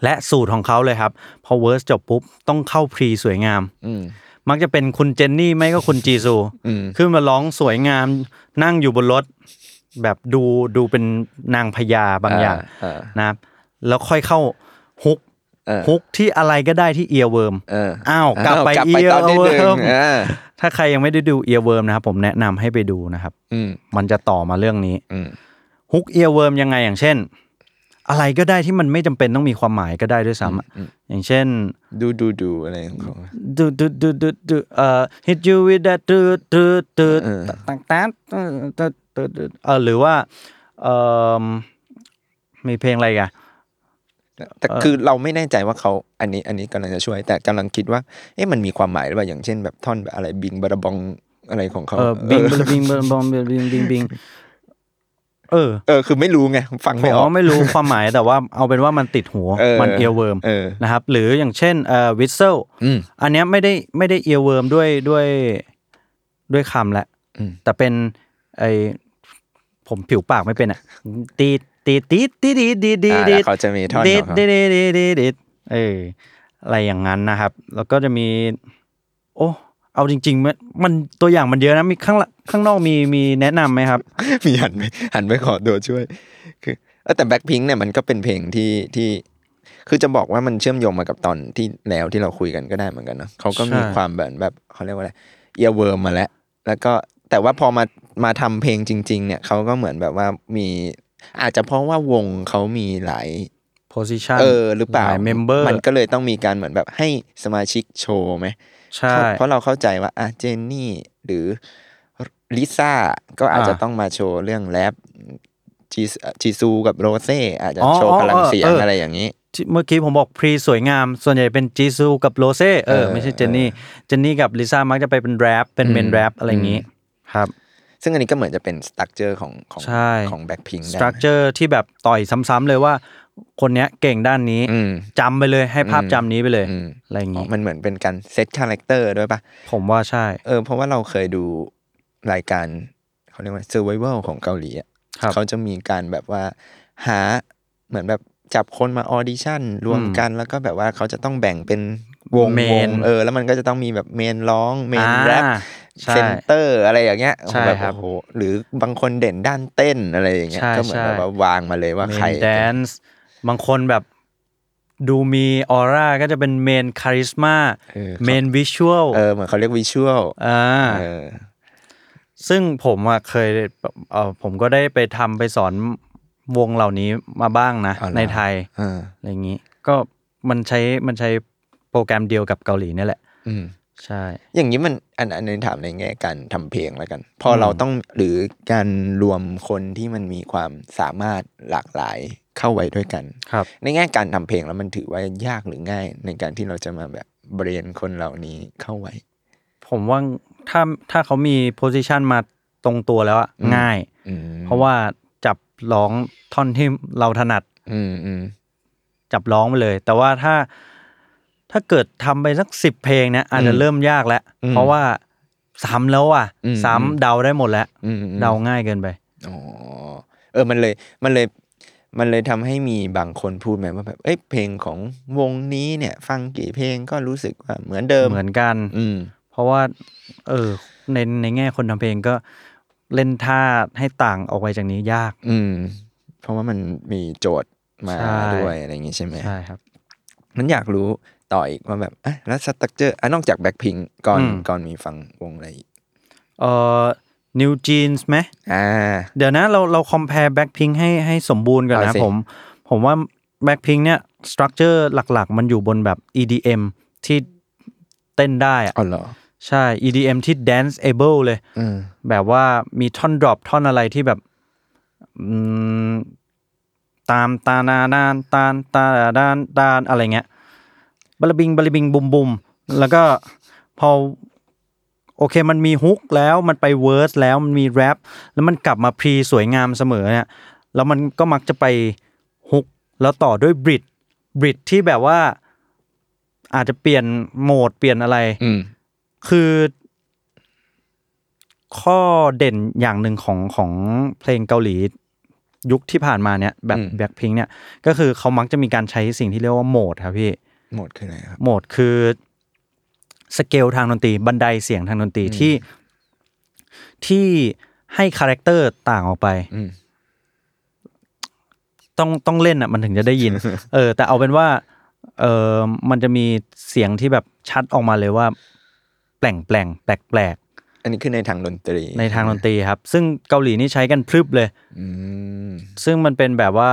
[SPEAKER 3] และสูตรของเขาเลยครับ พอเวอร์สจบปุ๊บ ต้องเข้าพรีสวยงาม
[SPEAKER 2] อืม
[SPEAKER 3] มักจะเป็นคุณเจนนี่ไม่ก็คุณจีซู
[SPEAKER 2] อืม
[SPEAKER 3] ขึ้นมาร้องสวยงามนั่งอยู่บนรถ แบบดูดูเป็นนางพญาบางอย่าง
[SPEAKER 2] เออ
[SPEAKER 3] นะครับ แล้วค่อยเข้าฮุก
[SPEAKER 2] เออ
[SPEAKER 3] ฮุกที่อะไรก็ได้ที่เอียเวิร์ม
[SPEAKER 2] เออ
[SPEAKER 3] อ้าว กลับไป
[SPEAKER 2] าว
[SPEAKER 3] เอีย
[SPEAKER 2] ตอนนิด
[SPEAKER 3] เวิ
[SPEAKER 2] นึ
[SPEAKER 3] ร์ม
[SPEAKER 2] งอ่า
[SPEAKER 3] ถ้าใครยังไม่ได้ดูเอียเวิร์มนะครับ ผมแนะนำให้ไปดูนะครับ
[SPEAKER 2] อืม
[SPEAKER 3] มันจะต่อมาเรื่องนี้
[SPEAKER 2] อืม
[SPEAKER 3] ฮุกเอียเวิร์มยังไงอย่างเช่น อะไรก็ได้ที่มันไม่จำเป็นต้องมีความหมายก็ได้ด้วยซ้ำอะอย่างเช่น
[SPEAKER 2] ดูดูดูอะไรของเขา
[SPEAKER 3] ดูดูดูดูดูเอ่อ hit you with that ดูดูดู
[SPEAKER 2] เออ
[SPEAKER 3] ต่างต่างๆดูดูดูเออหรือว่าเอ่อมีเพลงอะไรอีกัน
[SPEAKER 2] แต่คือเราไม่แน่ใจว่าเขาอันนี้อันนี้กำลังจะช่วย แต่กำลังคิดว่าเอ๊ะมันมีความหมายหรือเปล่าอย่างเช่นแบบท่อนแบบอะไรบิงบาราบองอะไรของเขา
[SPEAKER 3] เออบิงบิงบิงบองบิงบิงบิงบิงเออ
[SPEAKER 2] เออคือไม่รู้ไงฟัง
[SPEAKER 3] ผ
[SPEAKER 2] ไม่
[SPEAKER 3] ม
[SPEAKER 2] ออก
[SPEAKER 3] ว่าไม่รู้ความหมายแต่ว่าเอาเป็นว่ามันติดหู
[SPEAKER 2] เออ
[SPEAKER 3] มันเอียเวิร์ม
[SPEAKER 2] เออ
[SPEAKER 3] นะครับ หรืออย่างเช่นเอ่อวิสเซล
[SPEAKER 2] อืม
[SPEAKER 3] อันเนี้ยไม่ได้ไม่ได้เอียเวิร์มด้วยด้วยด้วยคำแหละ
[SPEAKER 2] อืม
[SPEAKER 3] แต่เป็นไอผมผิวปากไม่เป็นอ่ะตีดตีดตีดตีดตีดตีดตี
[SPEAKER 2] อ่า
[SPEAKER 3] ด
[SPEAKER 2] แล้วเขาจะมีท่อนข
[SPEAKER 3] ดิ
[SPEAKER 2] อ
[SPEAKER 3] ด
[SPEAKER 2] งเขา
[SPEAKER 3] ดิดดิดดิดดิดดิดเอออะไรอย่างนั้นนะครับ แล้วก็จะมี โอ้เอาจริงๆมันมันตัวอย่างมันเยอะนะมีข้างละข้างนอกมีมีแนะนำไหมครับ
[SPEAKER 2] มีหันไปหันไปขอตัวช่วย คือเออแต่แบ็คพิงเนี่ยมันก็เป็นเพลงที่ที่ คือจะบอกว่ามันเชื่อมโยงมากับตอนที่แล้วที่เราคุยกันก็ได้เหมือนกันเนาะเขาก็มี
[SPEAKER 3] ใช่
[SPEAKER 2] ความแบบแบบเขาเรียกว่าอะไรเอียเวิร์มมาแล้ว แล้วก็แต่ว่าพอมามาทำเพลงจริง ๆ เนี่ยเขาก็เหมือนแบบว่ามี อาจจะเพราะว่าวงเขามีหลาย
[SPEAKER 3] position
[SPEAKER 2] เออหรือเปล่า
[SPEAKER 3] หลาย member
[SPEAKER 2] มันก็เลยต้องมีการเหมือนแบบให้สมาชิกโชว์ไหม
[SPEAKER 3] ใช่
[SPEAKER 2] เพราะเราเข้าใจว่าอ่ะเจนนี่หรือลิซ่าก็อาจจะ
[SPEAKER 3] อ่า
[SPEAKER 2] ต้องมาโชว์เรื่องแรปจีซจีซูกับโรเซ่อาจจะ
[SPEAKER 3] อ๋อ
[SPEAKER 2] โชว์พลัง
[SPEAKER 3] เออ
[SPEAKER 2] เสีย
[SPEAKER 3] เอง ออ
[SPEAKER 2] อะไรอย่างนี้
[SPEAKER 3] ที่เมื่อกี้ผมบอกพรีสวยงาม ส่วนใหญ่เป็นจีซูกับโรเซ่เอ
[SPEAKER 2] เอ
[SPEAKER 3] อ
[SPEAKER 2] อ
[SPEAKER 3] ไม่ใช่เจนนี่ เจนนี่กับลิซ่ามักจะไปเป็นแรปเป็น
[SPEAKER 2] อืม
[SPEAKER 3] เมนแรปอะไรอย่างนี้
[SPEAKER 2] อื
[SPEAKER 3] ครับ
[SPEAKER 2] ซึ่งอันนี้ก็เหมือนจะเป็นสตั๊กเจอร์ของของ
[SPEAKER 3] ใช่
[SPEAKER 2] ของแบ็คพิง
[SPEAKER 3] สตรัคเจอร์ที่แบบต่อยซ้ำๆเลยว่า คนเนี้ยเก่งด้านนี้
[SPEAKER 2] อืม
[SPEAKER 3] จำไปเลยให้ภาพ
[SPEAKER 2] อืม
[SPEAKER 3] จำนี้ไปเลย
[SPEAKER 2] อืม
[SPEAKER 3] อะไรอย่าง
[SPEAKER 2] อ๋อ
[SPEAKER 3] นี้
[SPEAKER 2] มันเหมือนเป็นการเซตคาแรคเตอร์ด้วยปะ
[SPEAKER 3] ผมว่าใช่
[SPEAKER 2] เออเพราะว่าเราเคยดูรายการเขาเรียกว่าเซอร์ไวเวลของเกาหลีอะ
[SPEAKER 3] ครับ
[SPEAKER 2] เขาจะมีการแบบว่าหาเหมือนแบบจับคนมาออดิชั่นรวมกันแล้วก็แบบว่าเขาจะต้องแบ่งเป็น วง
[SPEAKER 3] เม
[SPEAKER 2] วง
[SPEAKER 3] น
[SPEAKER 2] เออแล้วมันก็จะต้องมีแบบเมนร้องเมนแรป
[SPEAKER 3] อ่าใช่
[SPEAKER 2] เซนเตอร์อะไรอย่างเงี้ย
[SPEAKER 3] ใช่
[SPEAKER 2] แบบ
[SPEAKER 3] ครับ
[SPEAKER 2] โอ้โหหรือบางคนเด่นด้านเต้นอะไรอย่างเงี้ย
[SPEAKER 3] ใช่
[SPEAKER 2] ก็เหมือน
[SPEAKER 3] ใช่
[SPEAKER 2] แบบว่าวางมาเลยว่าใคร
[SPEAKER 3] เมนแดนซ์บางคนแบบดูมีออร่าก็จะเป็นเมนคาริสมา
[SPEAKER 2] เออ
[SPEAKER 3] เมนวิชวล
[SPEAKER 2] เออเหมือนเขาเรียกวิชวล
[SPEAKER 3] อ่า
[SPEAKER 2] เออ
[SPEAKER 3] ซึ่งผมอ่ะเคยเออผมก็ได้ไปทำไปสอนวงเหล่านี้มาบ้างนะ
[SPEAKER 2] อ๋อเหรอ
[SPEAKER 3] ในไทย
[SPEAKER 2] เออ
[SPEAKER 3] อะไรอย่างนี้ ก็มันใช้มันใช้โปรแกรมเดียวกับเกาหลีนี่แหละ
[SPEAKER 2] อืม
[SPEAKER 3] ใช่
[SPEAKER 2] อย่างนี้มันอันอันนี้ถามในแง่การทำเพลงแล้วกัน พอเราต้องหรือการรวมคนที่มันมีความสามารถหลากหลายเข้าไว้ด้วยกัน
[SPEAKER 3] ครับ
[SPEAKER 2] ในแง่การทำเพลงแล้วมันถือว่ายากหรือง่าย ในการที่เราจะมาแบบเบรนคนเหล่านี้เข้าไว้
[SPEAKER 3] ผมว่าถ้าถ้าเขามีโพ i ิชันมาตรงตัวแล้วอะ
[SPEAKER 2] อืม
[SPEAKER 3] ง่าย
[SPEAKER 2] อืม
[SPEAKER 3] เพราะว่าจับร้องท่อนที่เราถนัด
[SPEAKER 2] อืมอืม
[SPEAKER 3] จับร้องไปเลย แต่ว่าถ้าถ้าเกิดทำไปสักสิบเพลงเนี่ยอาจจะ
[SPEAKER 2] อืม
[SPEAKER 3] เริ่มยากแล้ว
[SPEAKER 2] อืม
[SPEAKER 3] เพราะว่าซ้ำแล้วอ่ะ
[SPEAKER 2] อืมอืม
[SPEAKER 3] ซ้ำเดาได้หมดแล้ว
[SPEAKER 2] อืมอืม
[SPEAKER 3] เดาง่ายเกินไป
[SPEAKER 2] อ๋อเออมันเลยมันเลยมันเลยทำให้มีบางคนพูดไหมว่าแบบเอ้ยเพลงของวงนี้เนี่ย ฟังกี่เพลงก็รู้สึกว่าเหมือนเดิม
[SPEAKER 3] เหมือนกัน
[SPEAKER 2] อืม
[SPEAKER 3] เพราะว่า เออในในแง่คนทำเพลงก็เล่นท่าให้ต่างออกไปจากนี้ยาก
[SPEAKER 2] อืม เพราะว่ามันมีโจทย์มา
[SPEAKER 3] ใช่
[SPEAKER 2] ด้วยอะไรอย่างงี้ใช่ไหม
[SPEAKER 3] ใช่ครับ
[SPEAKER 2] มันอยากรู้ต่ออีกว่าแบบอ่ะแล้วสตั๊กเจอร์อ่ะนอกจากแบ็คพิงก่อน
[SPEAKER 3] อืม
[SPEAKER 2] ก่อนมีฟังวงอะไรอีก
[SPEAKER 3] เอ่อนิวจีนส์ไหม
[SPEAKER 2] อ่า
[SPEAKER 3] เดี๋ยวนะเราเราคอมเพลแบ็คพิงให้ให้สมบูรณ์ก่อนนะ
[SPEAKER 2] เอาสิ
[SPEAKER 3] ผม ผมว่าแบ็คพิงเนี่ยสตรัคเจอร์หลักๆ มันอยู่บนแบบ EDM ที่เต้นได้อะ
[SPEAKER 2] อ๋อเหรอ
[SPEAKER 3] ใช่ EDM ที่ dance able เลย
[SPEAKER 2] อืม
[SPEAKER 3] แบบว่ามีท่อนดรอปท่อนอะไรที่แบบอืมตามตานาดานตานตาดาดานตานอะไรเงี้ยบลบิงบลบิงบุมบุมแล้วก็พอ โอเคมันมีฮุกแล้วมันไปเวิร์สแล้วมันมีแรปแล้วมันกลับมาพรีสวยงามเสมอเนี่ยแล้วมันก็มักจะไปฮุก แล้วต่อด้วยบริดบริดที่แบบว่าอาจจะเปลี่ยนโหมดเปลี่ยนอะไร
[SPEAKER 2] อืม
[SPEAKER 3] คือ ข้อเด่นอย่างหนึ่งของของเพลงเกาหลี ยุคที่ผ่านมาเนี่ย แบบ
[SPEAKER 2] อืม
[SPEAKER 3] แบ็คพิงเนี่ย ก็คือเขามักจะมีการใช้สิ่งที่เรียกว่าโหมดครับพี่
[SPEAKER 2] โหมดคืออะไรครับ
[SPEAKER 3] โหมดคือสเกลทางดนตรีบันไดเสียงทางดนตรี
[SPEAKER 2] อืม
[SPEAKER 3] ที่ที่ให้คาแรคเตอร์ต่างออกไป
[SPEAKER 2] อืม
[SPEAKER 3] ต้องต้องเล่นอ่ะมันถึงจะได้ ยิน เออ แต่เอาเป็นว่า เออมันจะมีเสียงที่แบบชัดออกมาเลยว่า แปลงแปลงแปลกแปลก
[SPEAKER 2] อันนี้คือในทางดนตรี
[SPEAKER 3] ๆในทางดนตรีครับ ซึ่งเกาหลีนี่ใช้กันพรึบเลย
[SPEAKER 2] อืม
[SPEAKER 3] ซึ่งมันเป็นแบบว่า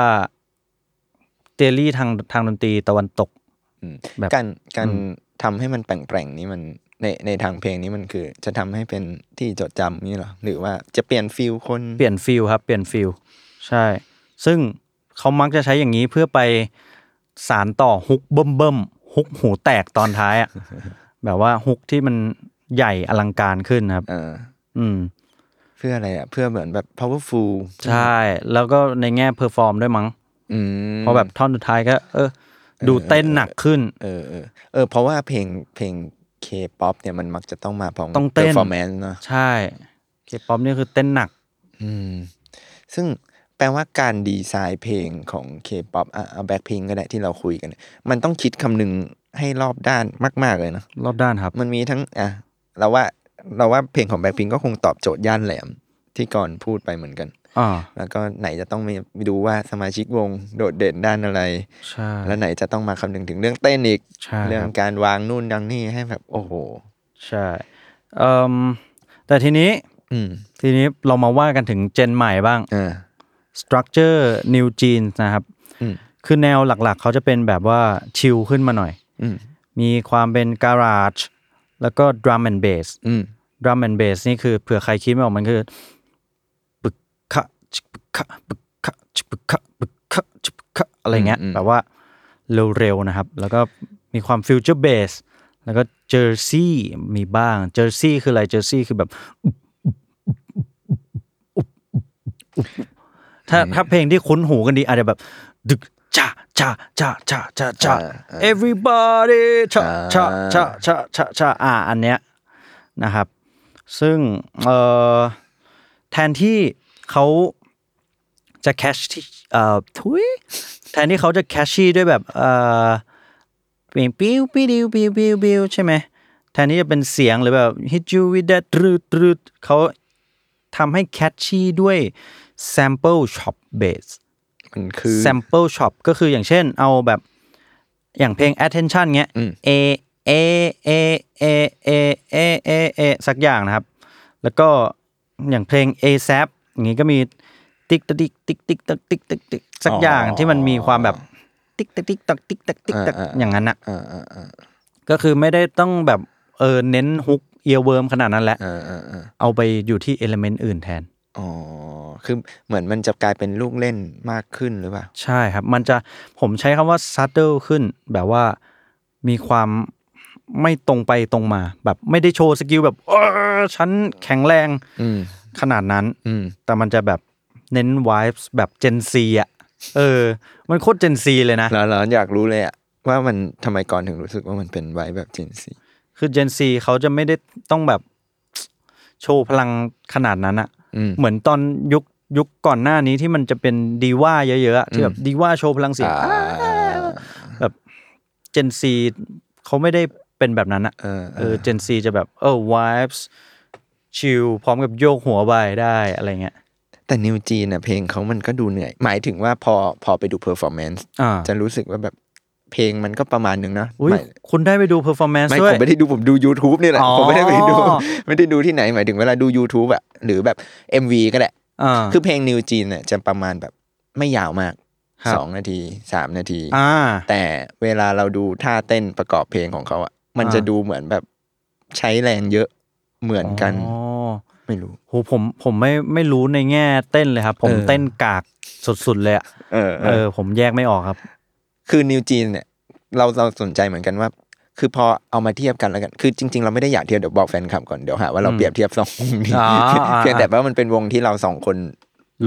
[SPEAKER 3] เจลลี่ทางทางดนตรีตะวันตก
[SPEAKER 2] อืม
[SPEAKER 3] แบบ
[SPEAKER 2] การการ
[SPEAKER 3] อืม
[SPEAKER 2] ทำให้มันแปลงๆนี่มันในในทางเพลงนี้มันคือ จะทำให้เป็นที่จดจำนี่เหรอหรือว่าจะเปลี่ยนฟิลคน
[SPEAKER 3] เปลี่ยนฟิลครับ เปลี่ยนฟิลใช่ ซึ่งเขามักจะใช้อย่างนี้เพื่อไปสารต่อฮุกเบิ่มเบิ่มๆฮุกหูแตกตอนท้ายอ่ะ แบบว่าฮุกที่มันใหญ่อลังการขึ้นครับ
[SPEAKER 2] เออ
[SPEAKER 3] อืม
[SPEAKER 2] เพื่ออะไรอ่ะ เพื่อเหมือนแบบ powerful
[SPEAKER 3] ใช่ แล้วก็ในแง่เพอร์ฟอร์มด้วยมั้ง
[SPEAKER 2] อืม
[SPEAKER 3] เพราะแบบท่อนสุดท้ายก็ เออ ดูเต้นหนักขึ้น
[SPEAKER 2] เออเออเออเพราะว่าเพลงเพลงเคป๊อปเนี่ยมันมักจะต้องมาพร้อม
[SPEAKER 3] ต้องเต้น
[SPEAKER 2] ฟอร์แมนเนาะ
[SPEAKER 3] ใช่เคป๊อปนี่คือเต้นหนัก
[SPEAKER 2] อืมซึ่งแปลว่าการดีไซน์เพลงของเคป๊อปอ่ะเอาแบ็คพิงก็ได้ที่เราคุยกันเนี่ยมันต้องคิดคำนึงให้รอบด้านมาก ๆ เลยเนาะ
[SPEAKER 3] รอบด้านครับ
[SPEAKER 2] มันมีทั้งอ่ะเราว่าเราว่าเพลงของแบ็คพิงก็คงตอบโจทย์ย่านแหลมที่ก่อนพูดไปเหมือนกัน
[SPEAKER 3] อ่า
[SPEAKER 2] แล้วก็ไหนจะต้องมีดูว่าสมาชิกวงโดดเด่นด้านอะไร
[SPEAKER 3] ใช่
[SPEAKER 2] แล้วไหนจะต้องมาคำนึงถึงเรื่องเต้นอีก
[SPEAKER 3] ใช่
[SPEAKER 2] เรื่อ
[SPEAKER 3] ค
[SPEAKER 2] ง
[SPEAKER 3] รับ
[SPEAKER 2] การวางนู่นดังนี่ให้แบบโอ้โห
[SPEAKER 3] ใช่เอ่มแต่ทีนี้
[SPEAKER 2] อืม
[SPEAKER 3] ทีนี้เรามาว่ากันถึงเจนใหม่บ้าง
[SPEAKER 2] อ่า
[SPEAKER 3] Structure New Jeans นะครับ
[SPEAKER 2] อืม
[SPEAKER 3] คือแนวหลักๆ เขาจะเป็นแบบว่าชิลขึ้นมาหน่อย
[SPEAKER 2] อืม
[SPEAKER 3] มีความเป็น Garage แล้วก็ Drum and Bass
[SPEAKER 2] อืม
[SPEAKER 3] Drum and Bass นี่คือเผื่อใครคิดไม่ออกมันคือปึกคะจิปึกคะปึกคะจิปึกคะปึกคะจิปึกคะอะไรเงี้ย
[SPEAKER 2] อืมอืม
[SPEAKER 3] แบบว่าเร็วๆนะครับ แล้วก็มีความ Future Bass แล้วก็ Jersey มีบ้าง Jersey คืออะไร Jersey คือแบบ ถ้าถ้าเพลงที่คุ้นหูกันดีอาจจะแบบ ดึกจ้าจ้าจ้าจ้าจ้าจ้า
[SPEAKER 2] อ่าอ่า
[SPEAKER 3] everybody ชะ
[SPEAKER 2] อ่า
[SPEAKER 3] ชะชะชะชะชะอ่าอันเนี้ยนะครับ ซึ่งเอ่อแทนที่เขาจะแคชที่เอ่อทุยแทนที่เขาจะแคชชี่ด้วยแบบเอ่อเปลี่ยนปิ้วปิ้วปิ้วปิ้วปิ้วปิ้วใช่ไหมแทนที่จะเป็นเสียงหรือแบบ hit you with that ตรึดตรึดเขาทำให้แคชชี่ด้วย sample shop bass
[SPEAKER 2] มันคือ
[SPEAKER 3] sample shop ก็คืออย่างเช่นเอาแบบอย่างเพลง attention เงี้ย
[SPEAKER 2] อืม
[SPEAKER 3] a a a a a a a a สักอย่างนะครับ แล้วก็อย่างเพลง asap อย่างงี้ก็มีติ๊กตักติ๊กติ๊กติ๊กตักติ๊กติ๊กติ๊กสักอย่างที่มันมีความแบบติ๊กตักติ๊กตักติ๊กตักติ๊กตัก
[SPEAKER 2] อ่าอ่า
[SPEAKER 3] อย่างนั้นอ่ะ
[SPEAKER 2] อ่าอ่าอ่า
[SPEAKER 3] ก็คือไม่ได้ต้องแบบเออเน้นฮุกเอียเวิร์มขนาดนั้นแหละ
[SPEAKER 2] อ่าอ่าอ่า
[SPEAKER 3] เอาไปอยู่ที่เอลเมนต์อื่นแทน
[SPEAKER 2] อ๋อ คือเหมือนมันจะกลายเป็นลูกเล่นมากขึ้นหรือเปล่า
[SPEAKER 3] ใช่ครับ มันจะผมใช้คำว่า subtle ขึ้น แบบว่ามีความไม่ตรงไปตรงมา แบบไม่ได้โชว์สกิลแบบเออฉันแข็งแรง
[SPEAKER 2] อืม
[SPEAKER 3] ขนาดนั้น
[SPEAKER 2] อืม
[SPEAKER 3] แต่มันจะแบบเน้น vibes แบบ Gen Z อ่ะ เออ มันโคตร Gen Z เลยนะ
[SPEAKER 2] แล้วแล้วอยากรู้เลยอะว่ามันทำไมก่อนถึงรู้สึกว่ามันเป็นไว้แบบจินซี
[SPEAKER 3] คือ Gen Z เขาจะไม่ได้ต้องแบบ โชว์พลังขนาดนั้นอะ
[SPEAKER 2] อืม
[SPEAKER 3] เหมือนตอนยุคยุคก่อนหน้านี้ที่มันจะเป็นดีว่าเยอะๆอะที่แบบดีว่าโชว์พลังเสียง
[SPEAKER 2] อ่า
[SPEAKER 3] อ่าแบบเจนซีเขาไม่ได้เป็นแบบนั้นอะ
[SPEAKER 2] เออ
[SPEAKER 3] เออเจนซีจะแบบเออวายส์ชิลพร้อมกับโยกหัวไปได้อะไรเงี้ย
[SPEAKER 2] แต่นิวจีนอะเพลงเขามันก็ดูเหนื่อย หมายถึงว่าพอพอไปดูเพอร์ฟอร์แมนซ์
[SPEAKER 3] อ่า
[SPEAKER 2] จะรู้สึกว่าแบบเพลงมันก็ประมาณหนึ่งนะ
[SPEAKER 3] อุ้ย
[SPEAKER 2] หมาย
[SPEAKER 3] คุณได้ไปดูเพอร์ฟอร์แมนซ์
[SPEAKER 2] ไม่
[SPEAKER 3] ด้วย
[SPEAKER 2] ผมไม่ได้ดูผมดู YouTube นี่แหละ
[SPEAKER 3] อ๋อ
[SPEAKER 2] ผมไม่ได้ไปดู ไม่ได้ดูที่ไหนหมายถึงเวลาดู YouTube อะหรือแบบ MV ก็แหละ
[SPEAKER 3] อ่า
[SPEAKER 2] คือเพลงนิวจีนเนี่ยจะประมาณแบบไม่ยาวมาก
[SPEAKER 3] ครับ
[SPEAKER 2] สองนาทีสามนาที
[SPEAKER 3] อ่า
[SPEAKER 2] แต่เวลาเราดูท่าเต้นประกอบเพลงของเขาอะมัน
[SPEAKER 3] อ่า
[SPEAKER 2] จะดูเหมือนแบบใช้แรงเยอะเหมือนกัน
[SPEAKER 3] อ๋อ
[SPEAKER 2] ไม่รู้
[SPEAKER 3] โหผมผมไม่ไม่รู้ในแง่เต้นเลยครับ ผม
[SPEAKER 2] เออ
[SPEAKER 3] เต้นกากสุดๆเลยอะ
[SPEAKER 2] เออเอ
[SPEAKER 3] เอ
[SPEAKER 2] อ
[SPEAKER 3] อ ผมแยกไม่ออกครับ
[SPEAKER 2] คือนิวจีนเนี่ยเราเราสนใจเหมือนกันว่า คือพอเอามาเทียบกันแล้วกันคือจริง ๆ เราไม่ได้อยากเทียบเดี๋ยวบอกแฟนคลับก่อนเดี๋ยวหาว่าเราเปรียบเทียบสองวงนี้
[SPEAKER 3] อ่าอ่า
[SPEAKER 2] เพียงแต่ว่ามันเป็นวงที่เราสองคน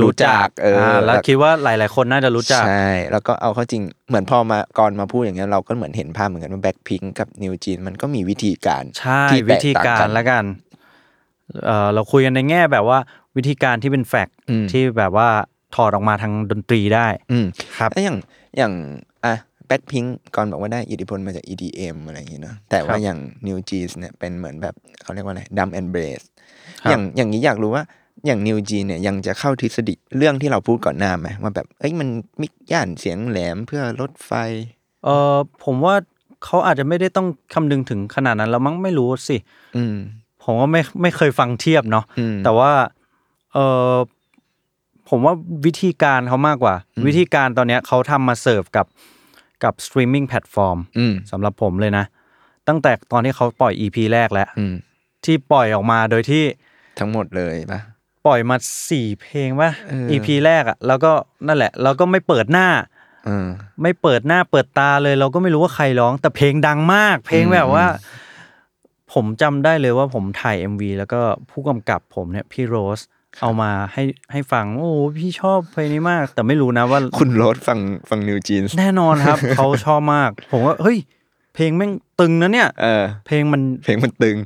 [SPEAKER 2] รู้จักเอออ
[SPEAKER 3] าแล้วคิดว่าหลาย ๆ คนน่าจะรู้จัก
[SPEAKER 2] ใช่ แล้วก็เอาเข้าจริงเหมือนพอมาก่อนมาพูดอย่างเงี้ยเราก็เหมือนเห็นภาพเหมือนกันว่าแบ็คพิงกับนิวจีนมันก็มีวิธีการ
[SPEAKER 3] ใช่
[SPEAKER 2] ที่
[SPEAKER 3] วิ
[SPEAKER 2] แต
[SPEAKER 3] ธี
[SPEAKER 2] ต่ง
[SPEAKER 3] การละกันเออเราคุยกันในแง่แบบว่าวิธีการที่เป็นแฟกต์
[SPEAKER 2] อืม
[SPEAKER 3] ที่แบบว่าถอดออกมาทางดนตรีได้
[SPEAKER 2] อืม
[SPEAKER 3] ครับ
[SPEAKER 2] แล้วอย่างอย่างอ่ะแบ็คพิงก่อนบอกว่าได้อิทธิพลมาจาก EDM อะไรอย่างเงี้ยเนอะแต่ว่า
[SPEAKER 3] ครับ
[SPEAKER 2] อย่างนิวจีนเนี่ยเป็นเหมือนแบบเขาเรียกว่าอะไรดัมแอนเบรส
[SPEAKER 3] ครับ
[SPEAKER 2] อย่างอย่างนี้อยากรู้ว่าอย่างนิวจีนเนี่ยยังจะเข้าทฤษฎีเรื่องที่เราพูดก่อนหน้าไหมว่าแบบเอ้ยมันมิกย่านเสียงแหลมเพื่อลดไฟ
[SPEAKER 3] เออผมว่าเขาอาจจะไม่ได้ต้องคำนึงถึงขนาดนั้นแล้วมั้งไม่รู้สิ
[SPEAKER 2] อืม
[SPEAKER 3] ผมว่าไม่ไม่เคยฟังเทียบเนาะ
[SPEAKER 2] อืม
[SPEAKER 3] แต่ว่าเออผมว่าวิธีการเขามากกว่า วิธีการตอนเนี้ยเขาทำมาเสิร์ฟกับกับสตรีมมิ่งแพลตฟอร์ม
[SPEAKER 2] อืม
[SPEAKER 3] สำหรับผมเลยนะ ตั้งแต่ตอนที่เขาปล่อย EP แรกแล้ว
[SPEAKER 2] อืม
[SPEAKER 3] ที่ปล่อยออกมาโดยที่
[SPEAKER 2] ทั้งหมดเลยปะ
[SPEAKER 3] ปล่อยมาสี่เพลงป่ะ
[SPEAKER 2] เออ
[SPEAKER 3] EP แรกอะแล้วก็นั่นแหละ แล้วก็ไม่เปิดหน้า
[SPEAKER 2] เออ
[SPEAKER 3] ไม่เปิดหน้าเปิดตาเลย เราก็ไม่รู้ว่าใครร้อง แต่เพลงดังมาก เพลงแบบว่า ผมจำได้เลยว่าผมถ่าย MV แล้วก็ผู้กำกับผมเนี่ยพี่โรส เอามาให้ให้ฟัง โอ้โหพี่ชอบเพลงนี้มาก แต่ไม่รู้นะว่า
[SPEAKER 2] คุณโรสฟังฟังนิวจีน
[SPEAKER 3] แน่นอน ครับ เขาชอบมาก ผมว่าเฮ้ย เพลงแม่งตึงนะเนี่ย
[SPEAKER 2] เออ
[SPEAKER 3] เพลงมัน
[SPEAKER 2] เพลงมันตึง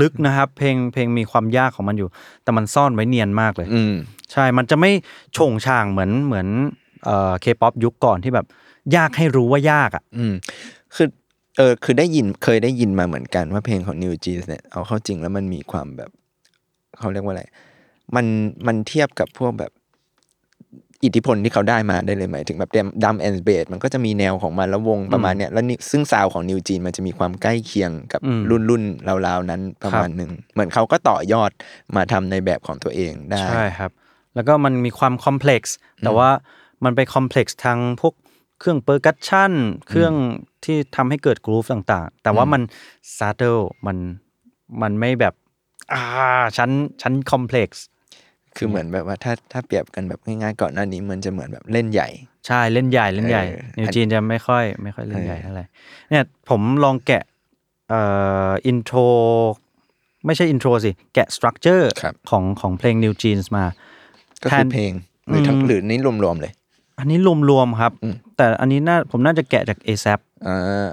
[SPEAKER 3] ลึกนะครับ เพลงเพลงมีความยากของมันอยู่ แต่มันซ่อนไว้เนียนมากเลย
[SPEAKER 2] อืม
[SPEAKER 3] ใช่ มันจะไม่โฉงช่างเหมือนเหมือนเอ่อเคป๊อปยุคก่อนที่แบบ ยากให้รู้ว่ายากอ่ะ
[SPEAKER 2] อืม คือ เออ คือได้ยิน เคยได้ยินมาเหมือนกันว่าเพลงของนิวจีนเนี่ย เอาเข้าจริงแล้วมันมีความแบบ เขาเรียกว่าอะไร มัน มันเทียบกับพวกแบบ อิทธิพลที่เขาได้มาได้เลยไหมายถึงแบบดัมแอนด์เบดมันก็จะมีแนวของมันแล้ววงประมาณเนี้ย แล้วนี่ซึ่งซาวของนิวจีนมันจะมีความใกล้เคียงกับ
[SPEAKER 3] อืม
[SPEAKER 2] รุ่นรุ่นราวๆนั้นประมาณ
[SPEAKER 3] ครับ
[SPEAKER 2] หนึ่ง เหมือนเขาก็ต่อยอดมาทำในแบบของตัวเองได้
[SPEAKER 3] ใช่ครับ แล้วก็มันมีความคอมเพล็กซ์แต่ว่ามันไปคอมเพล็กซ์ทางพวกเครื่องเปอร์กัชชันเครื่องที่ทำให้เกิดกรูฟต่างๆ แต่ว่ามันซาเดลมันมันไม่แบบอ่าชั้นชั้นคอมเพล็กซ์
[SPEAKER 2] คือเหมือนแบบว่าถ้าถ้าเปรียบกันแบบง่ายๆก่อนหน้านี้มันจะเหมือนแบบเล่นใหญ่
[SPEAKER 3] ใช่เล่นใหญ่เล่นใหญ่
[SPEAKER 2] เออ
[SPEAKER 3] นิวจีนจะไม่ค่อย ไม่ค่อยเล่นใหญ่
[SPEAKER 2] เออ
[SPEAKER 3] เท่าไหร่เนี่ยผมลองแกะเอ่ออินโทรไม่ใช่อินโทรสิ แกะสตรัคเจอร์ของของเพลง New Jeans มา
[SPEAKER 2] ก็
[SPEAKER 3] แท
[SPEAKER 2] คือน เพลงหรือทั้ง
[SPEAKER 3] อืม
[SPEAKER 2] หรือนี่รวมๆเลย
[SPEAKER 3] อันนี้รวมๆครับ
[SPEAKER 2] อืม
[SPEAKER 3] แต่อันนี้น่าผมน่าจะแกะจาก ASAP
[SPEAKER 2] อ่า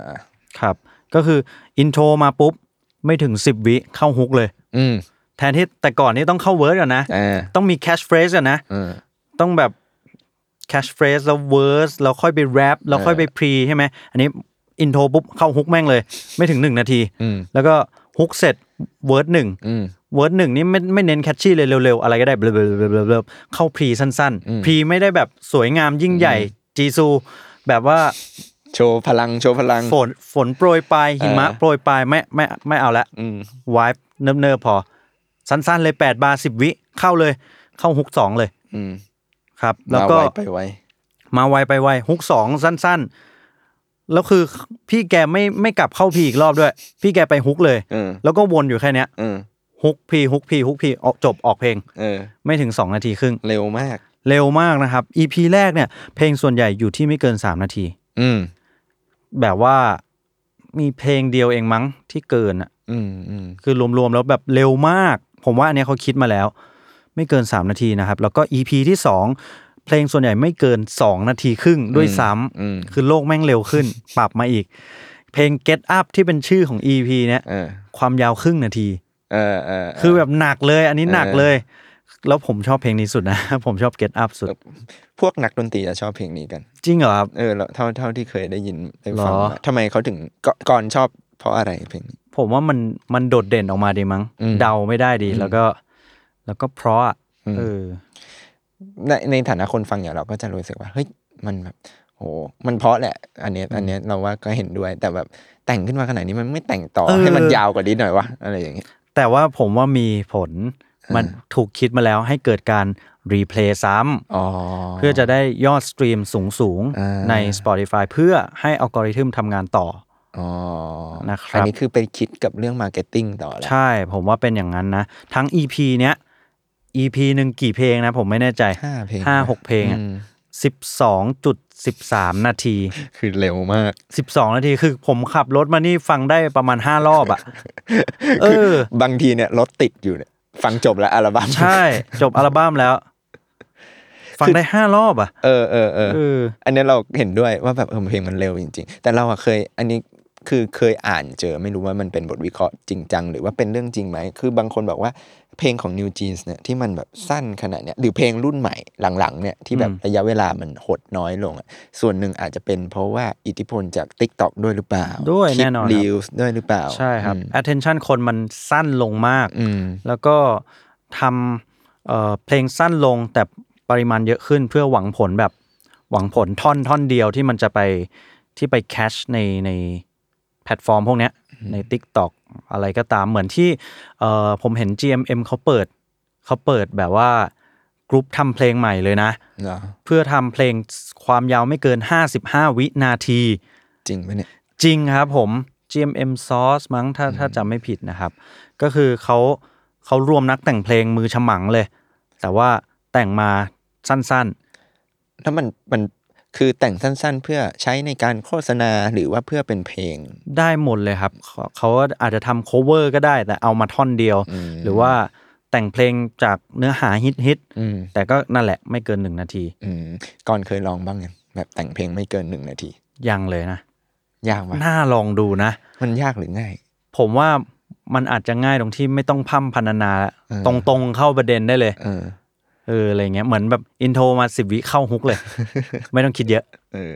[SPEAKER 3] ครับ ก็คืออินโทรมาปุ๊บ ไม่ถึง 10 วิเข้าฮุกเลย
[SPEAKER 2] อืม
[SPEAKER 3] แทนที่แต่ก่อนนี่ต้องเข้าเวิร์ดก่อนนะ
[SPEAKER 2] อ่า
[SPEAKER 3] ต้องมีแคชเฟร e ก่อนนะ
[SPEAKER 2] เออ
[SPEAKER 3] ต้องแบบแคชเฟร e แล้วเวิร์สแล้วค่อยไปแรปแล้วค่อยไปพรีใช่ไหม อันนี้อินโทรปุ๊บ เข้าฮุกแม่งเลย ไม่ถึง 1 นาที
[SPEAKER 2] อืม
[SPEAKER 3] แล้วก็ฮุกเสร็จเวิร์ดหนึ่ง
[SPEAKER 2] อืม
[SPEAKER 3] เวิร์ดหนึ่งนี่ไม่ไม่เน้นแคชชี่เลยเร็วๆ อะไรก็ได้เบลอๆๆๆเข้าพรีสั้น
[SPEAKER 2] อืม
[SPEAKER 3] ๆพรีไม่ได้แบบสวยงามยิ่งใหญ่จีซูแบบว่า
[SPEAKER 2] โชว์พลังโชว์พลัง
[SPEAKER 3] ฝนฝนโปรยปลายหิมะ
[SPEAKER 2] เออ
[SPEAKER 3] โปรยปลายไม่ไม่ไม่เอาละ
[SPEAKER 2] อืม
[SPEAKER 3] วายเนิบเนิบๆพอ สั้นๆเลย 8 บาร์10 วิเข้าเลย เข้าฮุก 2 เลย
[SPEAKER 2] อืม
[SPEAKER 3] ครับ แล้วก็
[SPEAKER 2] มาไไปไว
[SPEAKER 3] มาไวไปไวฮุก 2 สั้นๆ แล้วคือพี่แกไม่ไม่กลับเข้าพีอีกรอบด้วย พี่แกไปฮุกเลย
[SPEAKER 2] เออ
[SPEAKER 3] แล้วก็วนอยู่แค่เนี้ย
[SPEAKER 2] เออ
[SPEAKER 3] ฮุกพีฮุกพีฮุกพีออกจบออกเพลง
[SPEAKER 2] เออ
[SPEAKER 3] ไม่ถึง 2 นาทีครึ่ง
[SPEAKER 2] เร็วมาก
[SPEAKER 3] เร็วมากนะครับ EP แรกเนี่ยเพลงส่วนใหญ่อยู่ที่ไม่เกิน 3 นาที
[SPEAKER 2] อืม
[SPEAKER 3] แบบว่ามีเพลงเดียวเองมั้งที่เกินอะ
[SPEAKER 2] อืมอืม
[SPEAKER 3] คือรวมๆแล้วแบบเร็วมาก ผมว่าอันเนี้ยเขาคิดมาแล้ว ไม่เกิน 3 นาทีนะครับ แล้วก็ EP ที่ 2 เพลงส่วนใหญ่ไม่เกิน 2 นาทีครึ่งด้วยซ้
[SPEAKER 2] อืม
[SPEAKER 3] ำคือโลกแม่งเร็ว ขึ้น ปรับมาอีก เพลง Get Up ที่เป็นชื่อของ EP เนี้ย
[SPEAKER 2] เออ
[SPEAKER 3] ความยาวครึ่งนาที
[SPEAKER 2] เออเออ
[SPEAKER 3] คือแบบหนักเลย อันนี้หนักเลย แล้วผมชอบเพลงนี้สุดนะ ผมชอบ Get Up สุด
[SPEAKER 2] พวกนักดนตรีจะชอบเพลงนี้กัน
[SPEAKER 3] จริงเหรอครับ
[SPEAKER 2] เออแล้วเท่าเท่าที่เคยได้ยินได้ฟัง
[SPEAKER 3] หรอ
[SPEAKER 2] มาทำไมเขาถึงก่อนก่อนชอบเพราะอะไรเพลงนี้
[SPEAKER 3] ผมว่ามันมันโดดเด่นออกมาดีมั้ง
[SPEAKER 2] อืม
[SPEAKER 3] เดาไม่ได้ดีแล้วก็ แล้วก็เพราะอะ
[SPEAKER 2] อืม
[SPEAKER 3] เออ
[SPEAKER 2] ในในฐานะคนฟังอย่างเราก็จะรู้สึกว่าเฮ้ยมันแบบโหมันเพราะแหละ อันเนี้ยอันเนี้ยเราว่าก็เห็นด้วยแต่แบบแต่งขึ้นมาขนาดนี้มันไม่แต่งต่อ
[SPEAKER 3] เออ
[SPEAKER 2] ให้มันยาวกว่านี้หน่อยวะอะไรอย่างเงี้ย
[SPEAKER 3] แต่ว่าผมว่ามีผลมันถูกคิดมาแล้วให้เกิดการรีเพลย์ซ้
[SPEAKER 2] อ๋อ
[SPEAKER 3] ำเพื่อจะได้ยอดสตรีมสูงสูงๆ
[SPEAKER 2] อ่า
[SPEAKER 3] ใน Spotify เพื่อให้อัลกอริทึมทำงานต่อ
[SPEAKER 2] อ๋อ
[SPEAKER 3] นะครับ
[SPEAKER 2] อันนี้คือไปคิดกับเรื่องมาร์เก็ตติ้งต่อแล้ว
[SPEAKER 3] ใช่ผมว่าเป็นอย่างนั้นนะ ทั้ง EP เนี้ย EP หนึ่งกี่เพลงนะผมไม่แน่ใจ
[SPEAKER 2] ห้าเพลง
[SPEAKER 3] ห้าหกเพลงอะ
[SPEAKER 2] อืม
[SPEAKER 3] 12.13 นาที
[SPEAKER 2] คือเร็วมาก
[SPEAKER 3] 12 นาทีคือผมขับรถมานี่ฟังได้ประมาณ 5 รอบอะ เออ
[SPEAKER 2] บางทีเนี่ยรถติดอยู่เนี่ยฟังจบแล้วอัลบั้ม
[SPEAKER 3] ใช่จบอัลบั้มแล้ว ฟังได้ห้ารอบอ่ะ
[SPEAKER 2] เออเออเออ
[SPEAKER 3] เออ
[SPEAKER 2] อันนี้เราเห็นด้วยว่าแบบเออเพลงมันเร็วจริง ๆ แต่เราอะเคยอันนี้คือเคยอ่านเจอไม่รู้ว่ามันเป็นบทวิเคราะห์จริงจังหรือว่าเป็นเรื่องจริงไหม คือบางคนบอกว่าเพลงของ New Jeans เนี่ยที่มันแบบสั้นขนาดเนี้ยหรือเพลงรุ่นใหม่หลังๆเนี่ยที่แบบ
[SPEAKER 3] อืม
[SPEAKER 2] ระยะเวลามันหดน้อยลงอะส่วนหนึ่งอาจจะเป็นเพราะว่าอิทธิพลจาก Tik t o อกด้วยหรือเปล่า
[SPEAKER 3] ด้วยแน่นอนค
[SPEAKER 2] รี
[SPEAKER 3] รับ
[SPEAKER 2] วส์ด้วยหรือเปล่า
[SPEAKER 3] ใช่ครับ
[SPEAKER 2] อืม
[SPEAKER 3] attention คนมันสั้นลงมาก
[SPEAKER 2] อืม
[SPEAKER 3] แล้วก็ทำเอ่อเพลงสั้นลงแต่ปริมาณเยอะขึ้นเพื่อหวังผลแบบหวังผลท่อนท่อนเดียวที่มันจะไปที่ไปแคชในในแพลตฟอร์มพวกเนี้ยใน TikTok อะไรก็ตามเหมือนที่เอ่อผมเห็น GMM เขาเปิดเขาเปิดแบบว่ากรุ๊ปทำเพลงใหม่เลยนะ
[SPEAKER 2] เหรอ
[SPEAKER 3] เพื่อทำเพลงความยาวไม่เกิน 55 วินาที
[SPEAKER 2] จริงไหมเนี่ย
[SPEAKER 3] จริงครับผม GMM Source มั้งถ้าถ้าจำไม่ผิดนะครับ ก็คือเขาเขารวมนักแต่งเพลงมือฉมังเลย แต่ว่าแต่งมาสั้น
[SPEAKER 2] แล้วมันมันคือแต่งสั้นๆ เพื่อใช้ในการโฆษณาหรือว่าเพื่อเป็นเพลง
[SPEAKER 3] ๆ ได้หมดเลยครับเขาเขาอาจจะทำ cover ก็ได้แต่เอามาท่อนเดียว
[SPEAKER 2] อืม
[SPEAKER 3] หรือว่าแต่งเพลงจากเนื้อหาฮิตฮิตๆ
[SPEAKER 2] อืม
[SPEAKER 3] แต่ก็นั่นแหละไม่เกินหนึ่งนาที
[SPEAKER 2] อืมก่อนเคยลองบ้างยังแบบแต่งเพลงไม่เกินหนึ่งนาที
[SPEAKER 3] ยังเลยนะ
[SPEAKER 2] ยากปะ
[SPEAKER 3] น่าลองดูนะ
[SPEAKER 2] มันยากหรือง่าย
[SPEAKER 3] ผมว่ามันอาจจะง่ายตรงที่ไม่ต้องพร่ำพรรณนาละ
[SPEAKER 2] เออ
[SPEAKER 3] ตรงๆเข้าประเด็นได้เลย
[SPEAKER 2] เออ
[SPEAKER 3] เอออะไรเงี้ยเหมือนแบบอินโทรมาสิบวิเข้าฮุกเลย ไม่ต้องคิดเยอะ
[SPEAKER 2] เออ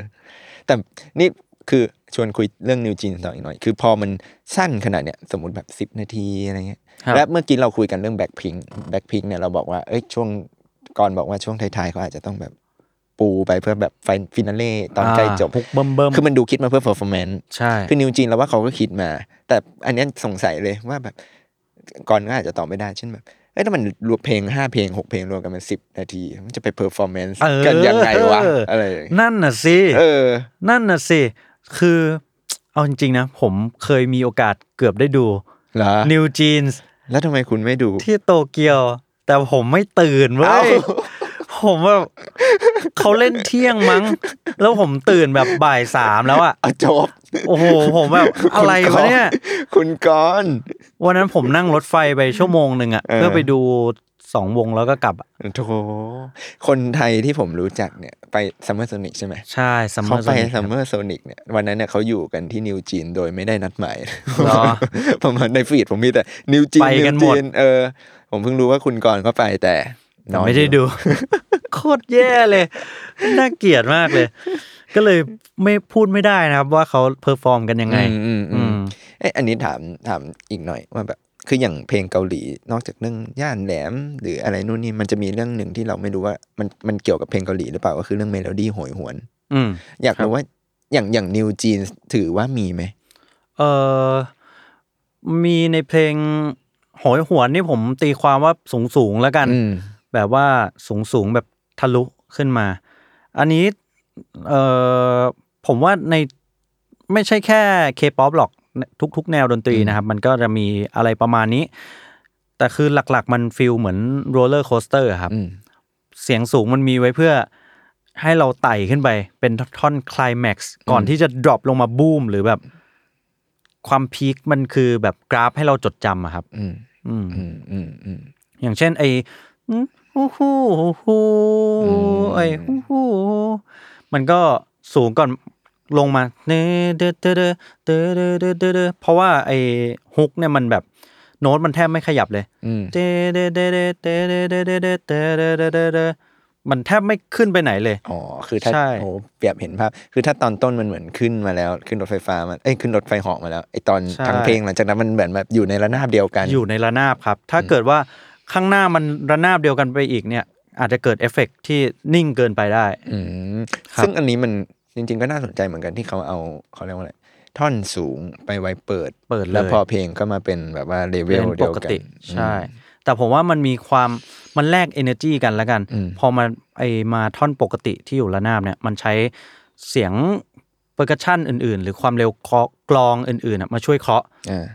[SPEAKER 2] แต่นี่คือชวนคุยเรื่องนิวจีนต่ออีกหน่อย คือพอมันสั้นขนาดเนี้ยสมมติแบบสิบนาทีอะไรเงี้ย
[SPEAKER 3] ครับ
[SPEAKER 2] และเมื่อกี้เราคุยกันเรื่องแบ็คพิงแบ็คพิงเนี่ยเราบอกว่าเอ้ยช่วงก่อนบอกว่าช่วงท้ายๆเขาอาจจะต้องแบบปูไปเพื่อแบบฟินาเล่ตอนใกล้จบ
[SPEAKER 3] าฮุกเบิ่มเบิ่มๆ
[SPEAKER 2] คือมันดูคิดมาเพื่อ performance
[SPEAKER 3] ใช่
[SPEAKER 2] คือนิวจีนเราว่าเขาก็คิดมา แต่อันเนี้ยสงสัยเลยว่าแบบก่อนก็อาจจะตอบไม่ได้เช่นแบบเอ้ยถ้ามันรวมเพลงห้าเพลงหกเพลงรวมกันเป็นสิบนาที มันจะไปเพอร์ฟอร์แมนซ์
[SPEAKER 3] เออ
[SPEAKER 2] กันยังไงวะอะไรอย่างเงี้ย
[SPEAKER 3] นั่นน่ะสิ
[SPEAKER 2] เออ
[SPEAKER 3] นั่นน่ะสิ คือ เอาจริงๆนะ ผมเคยมีโอกาสเกือบได้ดู
[SPEAKER 2] เหรอ
[SPEAKER 3] New Jeans
[SPEAKER 2] แล้วทำไมคุณไม่ดู
[SPEAKER 3] ที่โตเกียว แต่ผมไม่ตื่นเว้
[SPEAKER 2] เอ้า
[SPEAKER 3] ยผมแบบเขาเล่นเที่ยงมั้ง แล้วผมตื่นแบบบ่ายสามแล้วอะ
[SPEAKER 2] อ่ะจบ
[SPEAKER 3] โอ้โห ผมแบบอะไรวะเนี่ย
[SPEAKER 2] คุณกอน
[SPEAKER 3] วันนั้นผมนั่งรถไฟไปชั่วโมงหนึ่งอะเพื่อไปดูสองวงแล้วก็กลับอะ
[SPEAKER 2] โถคนไทยที่ผมรู้จักเนี่ยไปซัมเมอร์โซนิกใช่ไหม
[SPEAKER 3] ใช่ซัมเม
[SPEAKER 2] เขา
[SPEAKER 3] อร์
[SPEAKER 2] ไป
[SPEAKER 3] โซนิก
[SPEAKER 2] ซัมเมอร์โซนิกเนี่ยวันนั้นเนี่ยเขาอยู่กันที่นิวจีนโดยไม่ได้นัดหมาย
[SPEAKER 3] เหรอ
[SPEAKER 2] ประมาณในฟีดผมมีแต่ นิวจีน
[SPEAKER 3] ไป
[SPEAKER 2] นิ
[SPEAKER 3] กั
[SPEAKER 2] วน
[SPEAKER 3] หม
[SPEAKER 2] จี
[SPEAKER 3] ด
[SPEAKER 2] นเออ ผมเพิ่งรู้ว่าคุณกรณ์ก็ไปแต่น
[SPEAKER 3] แต่
[SPEAKER 2] อน
[SPEAKER 3] ไม่ได้
[SPEAKER 2] อยู่
[SPEAKER 3] ดู โคตรแย่เลย น่าเกลียดมากเลย ก็เลยไม่พูดไม่ได้นะครับ ว่าเขาเพอร์ฟอร์มกันยังไง
[SPEAKER 2] อืมอืมอื
[SPEAKER 3] อื
[SPEAKER 2] ม
[SPEAKER 3] ม
[SPEAKER 2] เอยอันนี้ถามถามอีกหน่อยว่าแบบคืออย่างเพลงเกาหลีนอกจากเรื่องย่านแหลม หรืออะไรนู่นนี่มันจะมีเรื่องหนึ่งที่เราไม่รู้ว่ามันมันเกี่ยวกับเพลงเกาหลีหรือเปล่าก็คือเรื่องเมโลดี้โหยหวน
[SPEAKER 3] อืม
[SPEAKER 2] อยากรู้ว่าอย่างอย่างนิวจีนถือว่ามีไหม
[SPEAKER 3] เออมีในเพลงโหอยหวนนี่ผมตีความว่าสูงสูงๆแล้วกัน
[SPEAKER 2] อืม
[SPEAKER 3] แบบว่าสูงสูงๆแบบทะลุขึ้นมา อันนี้เออผมว่าในไม่ใช่แค่เคป๊อปหรอกทุก ๆ แนวดนตรีนะครับ มันก็จะมีอะไรประมาณนี้ แต่คือหลักๆ มันฟิลเหมือนโรลเลอร์โคสเตอร์ครับ
[SPEAKER 2] อืม
[SPEAKER 3] เสียงสูงมันมีไว้เพื่อให้เราไต่ขึ้นไป เป็นท่อนคลายแม็กซ์ก่อนที่จะดรอปลงมาบูมหรือแบบ ความพีคมันคือแบบกราฟให้เราจดจำอะครับ
[SPEAKER 2] อืม
[SPEAKER 3] อืม
[SPEAKER 2] อืมอืมอืม
[SPEAKER 3] อย่างเช่นไอ้ฮู้ฮู้ฮู้ฮู้ไอ้ฮู้ฮู้มันก็สูงก่อนลงมาเนเดเดเดเดเดเดเดเดเพราะว่าไอ้ฮุกเนี่ยมันแบบโน้ตมันแทบไม่ขยับเลย
[SPEAKER 2] อืม
[SPEAKER 3] เดเดเดเดเดเดเดเดเดเดเดเดเดเดมันแทบไม่ขึ้นไปไหนเลย
[SPEAKER 2] อ๋อคือถ้า
[SPEAKER 3] ใช่
[SPEAKER 2] โอ้เปรียบเห็นภาพ คือถ้าตอนต้นมันเหมือนขึ้นมาแล้ว ขึ้นรถไฟฟ้ามันเอ้ยขึ้นรถไฟเหาะมาแล้วไอตอนทั้งเพลงหลังจากนั้นมันเหมือนแบบอยู่ในระนาบเดียวกัน
[SPEAKER 3] อยู่ในระนาบครับ ถ้าเกิดว่าข้างหน้ามันระนาบเดียวกันไปอีกเนี่ย อาจจะเกิดเอฟเฟกต์ที่นิ่งเกินไปได้
[SPEAKER 2] อืม
[SPEAKER 3] ครับ
[SPEAKER 2] ซึ่งอันนี้มันจริง ๆ ก็น่าสนใจเหมือนกันที่เขาเอาเขาเรียกว่าอะไรท่อนสูงไปไว้เปิด
[SPEAKER 3] เปิดเล
[SPEAKER 2] แล้ว
[SPEAKER 3] ย
[SPEAKER 2] พอเพลงก็มาเป็นแบบว่าเลเว
[SPEAKER 3] เป็น
[SPEAKER 2] ลเดี
[SPEAKER 3] ป
[SPEAKER 2] ยว
[SPEAKER 3] ก
[SPEAKER 2] กัน
[SPEAKER 3] ติใช่
[SPEAKER 2] อืม
[SPEAKER 3] แต่ผมว่ามันมีความมันแลก energy กันแล้วกัน
[SPEAKER 2] อืม
[SPEAKER 3] พอมาไอมาท่อนปกติที่อยู่ระนาบเนี่ย มันใช้เสียงเปอร์กชันอื่น ๆ หรือความเร็วเคาะกลองอื่นๆอะมาช่วยเคาะ
[SPEAKER 2] อ่า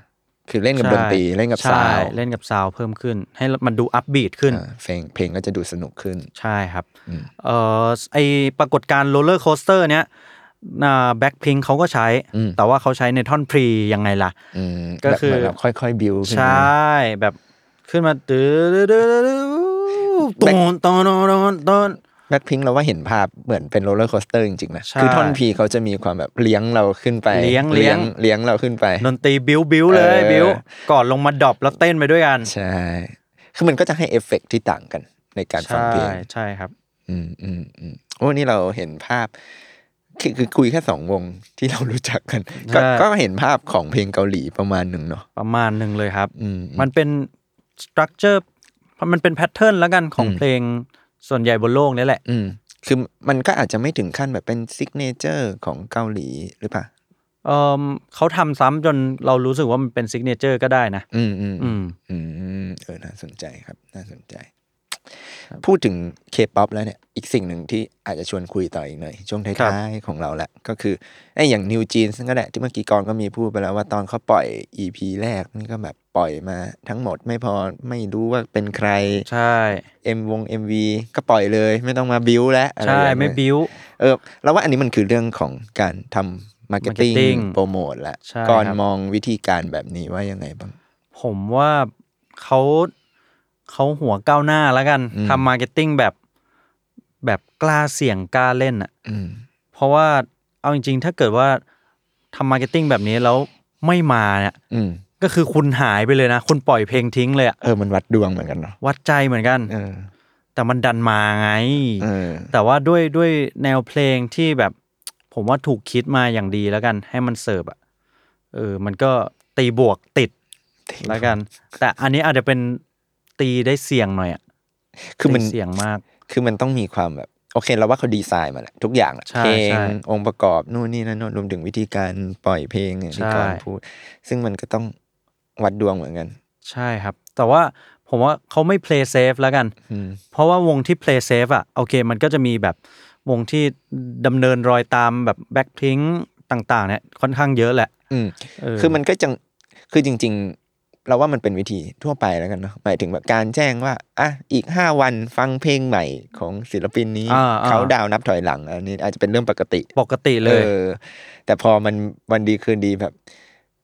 [SPEAKER 2] คือเล่นกับดนตรี
[SPEAKER 3] ใช่
[SPEAKER 2] เล่นกับ
[SPEAKER 3] ใช่
[SPEAKER 2] ซาวด์
[SPEAKER 3] เล่นกับซาวด์เพิ่มขึ้น ให้มันดูอัพบีทขึ้น
[SPEAKER 2] อ่าเพลงเพลงก็จะดูสนุกขึ้น
[SPEAKER 3] ใช่ครับ
[SPEAKER 2] อืม
[SPEAKER 3] เอ่อไอปรากฏการณ์โรลเลอร์โคสเตอร์เนี้ยแบ็คพิงเขาก็ใช้ แต่ว่าเขาใช้ในท่อนพรียังไงล่ะ
[SPEAKER 2] อืม
[SPEAKER 3] ก็คือ
[SPEAKER 2] แบบเหมืนเราค่อยๆบิวขึ้น
[SPEAKER 3] ใช
[SPEAKER 2] มา
[SPEAKER 3] ่แบบขึ้นมาตื้อตื้อตื้อตื้อตื้อ
[SPEAKER 2] แบ็
[SPEAKER 3] ต
[SPEAKER 2] ค
[SPEAKER 3] อนตอนตอนตอน
[SPEAKER 2] แบ็คพิงเราว่าเห็นภาพเหมือนเป็นโรลเลอร์โคสเตอร์จริงๆนะ
[SPEAKER 3] ใช่
[SPEAKER 2] คือท่อนพีเขาจะมีความแบบเลี้ยงเราขึ้นไป
[SPEAKER 3] เลี้ยงเลี้ยง
[SPEAKER 2] เลี้ยงเราขึ้นไป
[SPEAKER 3] ดนตรีบิ้วบิ้วเล
[SPEAKER 2] เอ
[SPEAKER 3] ย
[SPEAKER 2] อ
[SPEAKER 3] บิ้วก่อนลงมาดรอปแล้วเต้นไปด้วยกัน
[SPEAKER 2] ใช่ คือมันก็จะให้เอฟเฟกต์ที่ต่างกันในการฟัง
[SPEAKER 3] ใช่
[SPEAKER 2] เพลง
[SPEAKER 3] ใช่ครับ
[SPEAKER 2] อืมอืมอืมโอ้นี่เราเห็นภาพ คือคือคุยแค่สองวงที่เรารู้จักกันก็
[SPEAKER 3] ใช่
[SPEAKER 2] ก็เห็นภาพของเพลงเกาหลีประมาณหนึ่งเนาะ
[SPEAKER 3] ประมาณหนึ่งเลยครับ
[SPEAKER 2] อืม
[SPEAKER 3] มันเป็นสตรัคเจอร์มันเป็นแพทเทิร์นแล้วกันของ
[SPEAKER 2] อืม
[SPEAKER 3] เพลงส่วนใหญ่บนโลกนี่แหละ
[SPEAKER 2] อืม คือมันก็อาจจะไม่ถึงขั้นแบบเป็นซิกเนเจอร์ของเกาหลีหรือเปล่า
[SPEAKER 3] เออเขาทำซ้ำจนเรารู้สึกว่ามันเป็นซิกเนเจอร์ก็ได้นะ
[SPEAKER 2] อืมอืม
[SPEAKER 3] อืม
[SPEAKER 2] อืมเออน่าสนใจครับ น่าสนใจ พูดถึงเคป๊อปแล้วเนี่ย อีกสิ่งหนึ่งที่อาจจะชวนคุยต่ออีกหน่อย ช่วง
[SPEAKER 3] ครับ
[SPEAKER 2] ท้ายๆของเราแหละ ก็คือไอ้อย่างนิวจีนซึ่งก็แหละที่เมื่อกี้กรก็มีพูดไปแล้วว่าตอนเขาปล่อย EP แรกนี่ก็แบบปล่อยมาทั้งหมดไม่พอไม่รู้ว่าเป็นใคร
[SPEAKER 3] ใช่
[SPEAKER 2] เอ็มวง MV ก็ปล่อยเลย ไม่ต้องมาบิวแล้วอะไร
[SPEAKER 3] ใช่
[SPEAKER 2] อย่างเงี้ย
[SPEAKER 3] ไม่บิ้ว
[SPEAKER 2] เออเราว่าอันนี้มันคือเรื่องของการทำมาร์เก็ตติ้ง
[SPEAKER 3] Marketing
[SPEAKER 2] โปรโมทแหละ
[SPEAKER 3] ใช่
[SPEAKER 2] ก่อน
[SPEAKER 3] ครับ
[SPEAKER 2] มองวิธีการแบบนี้ว่ายังไงบ้าง
[SPEAKER 3] ผมว่าเขาเขาหัวก้าวหน้าแล้วกัน
[SPEAKER 2] อืม
[SPEAKER 3] ทำมาร์เก็ตติ้งแบบแบบกล้าเสี่ยงกล้าเล่นอ่ะ
[SPEAKER 2] อืม
[SPEAKER 3] เพราะว่าเอาจริง ๆ ถ้าเกิดว่าทำมาร์เก็ตติ้งแบบนี้แล้วไม่มาเนี่ย
[SPEAKER 2] อืม
[SPEAKER 3] ก็คือคุณหายไปเลยนะ คุณปล่อยเพลงทิ้งเลยอะ
[SPEAKER 2] เออ มันวัดดวงเหมือนกันเนาะ
[SPEAKER 3] วัดใจเหมือนกัน
[SPEAKER 2] เออ
[SPEAKER 3] แต่มันดันมาไง
[SPEAKER 2] เออ
[SPEAKER 3] แต่ว่าด้วยด้วยแนวเพลงที่แบบ ผมว่าถูกคิดมาอย่างดีแล้วกัน ให้มันเสิร์ฟอะเออ มันก็ตีบวกติดแล้วกัน แต่อันนี้อาจจะเป็นตีได้เสี่ยงหน่อยอะ
[SPEAKER 2] คือมัน
[SPEAKER 3] ตีเสี่ยงมาก
[SPEAKER 2] คือมันต้องมีความแบบ โอเคเราว่าเขาดีไซน์มาแหละทุกอย่างแหละ
[SPEAKER 3] ใช่
[SPEAKER 2] เพลง
[SPEAKER 3] ใช่
[SPEAKER 2] องค์ประกอบนู่นนี่นั่นโน้นรวมถึงวิธีการปล่อยเพลงอย่างที่
[SPEAKER 3] ใช่
[SPEAKER 2] ก่อนพูด ซึ่งมันก็ต้องวัดดวงเหมือนกัน
[SPEAKER 3] ใช่ครับ แต่ว่าผมว่าเขาไม่ play safe แล้วกัน
[SPEAKER 2] อืม
[SPEAKER 3] เพราะว่าวงที่ play safe อ่ะโอเค มันก็จะมีแบบวงที่ดำเนินรอยตามแบบ Blackpink ต่าง ๆ เนี่ยค่อนข้างเยอะแหละ
[SPEAKER 2] อืม
[SPEAKER 3] เ
[SPEAKER 2] คือมันก็จัง คือจริง ๆ เราว่ามันเป็นวิธีทั่วไปแล้วกันเนาะ หมายถึงแบบการแจ้งว่า อ่ะ อีกห้าวันฟังเพลงใหม่ของศิลปินนี้
[SPEAKER 3] อ่าๆ
[SPEAKER 2] เขาดาวน์นับถอยหลัง อันนี้อาจจะเป็นเรื่องปกติ
[SPEAKER 3] ปกติเลย
[SPEAKER 2] ออ แต่พอมันวันดีคืนดีแบบ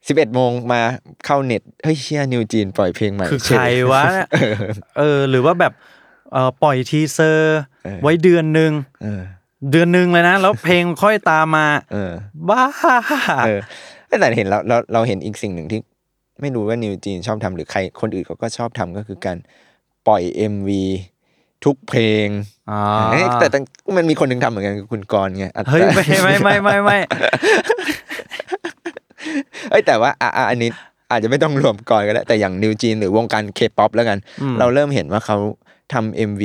[SPEAKER 2] สิบเอ็ดโมงมาเข้าเน็ต เฮ้ยเชี่ยนิวจีนปล่อยเพลงใหม่
[SPEAKER 3] คือ
[SPEAKER 2] เฉย
[SPEAKER 3] ใคร วะ เออ หรือว่าแบบเออปล่อยทีเซอร์
[SPEAKER 2] เออ
[SPEAKER 3] ไว้เดือนหนึ่ง
[SPEAKER 2] เออ
[SPEAKER 3] เดือนหนึ่งเลยนะ แล้วเพลงค่อยตามมา
[SPEAKER 2] เออ
[SPEAKER 3] บ้า
[SPEAKER 2] เออเอ้ยแต่เห็นเราเราเราเห็นอีกสิ่งหนึ่งที่ ไม่รู้ว่านิวจีนชอบทำหรือใครคนอื่นเขาก็ชอบทำก็คือการปล่อย MV ทุกเพลง
[SPEAKER 3] อ่า
[SPEAKER 2] เอ้ยแต่แต่มันมีคนหนึ่งทำเหมือนกันคือคุณกรณ์ไงอัตตา
[SPEAKER 3] เฮ้ยไม่ไม่ไม่ไม่ ไม่
[SPEAKER 2] เอ้ยแต่ว่าอ่ะอ่ะอันนี้อาจจะไม่ต้องรวมกรณ์ก็ได้แต่อย่างนิวจีนหรือวงการเคป๊อปแล้วกัน
[SPEAKER 3] อืม
[SPEAKER 2] เราเริ่มเห็นว่าเขาทำ MV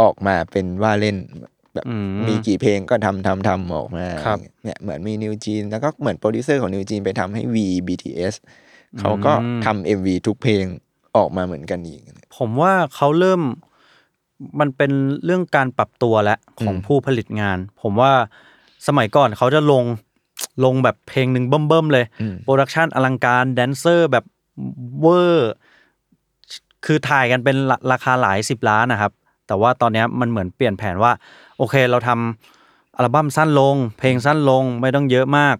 [SPEAKER 2] ออกมาเป็นว่าเล่นแบบ
[SPEAKER 3] อืม
[SPEAKER 2] มีกี่เพลงก็ทำทำทำออกมา
[SPEAKER 3] ครับ
[SPEAKER 2] เนี่ยเหมือนมีนิวจีนแล้วก็เหมือนโปรดิวเซอร์ของนิวจีนไปทำให้ V BTS เขาก็
[SPEAKER 3] อืม
[SPEAKER 2] ทำเอ็มวีทุกเพลงออกมาเหมือนกันอีก
[SPEAKER 3] ผมว่าเขาเริ่มมันเป็นเรื่องการปรับตัวและของ
[SPEAKER 2] อืม
[SPEAKER 3] ผู้ผลิตงาน ผมว่าสมัยก่อนเขาจะลงลงแบบเพลงหนึ่งเบิ่มๆเลย
[SPEAKER 2] อืม
[SPEAKER 3] โปรดักชันอลังการแดนเซอร์แบบเวอร์ คือถ่ายกันเป็นราราคาหลายสิบล้านนะครับ แต่ว่าตอนเนี้ยมันเหมือนเปลี่ยนแผนว่า โอเคเราทำอัลบั้มสั้นลง เพลงสั้นลงไม่ต้องเยอะมาก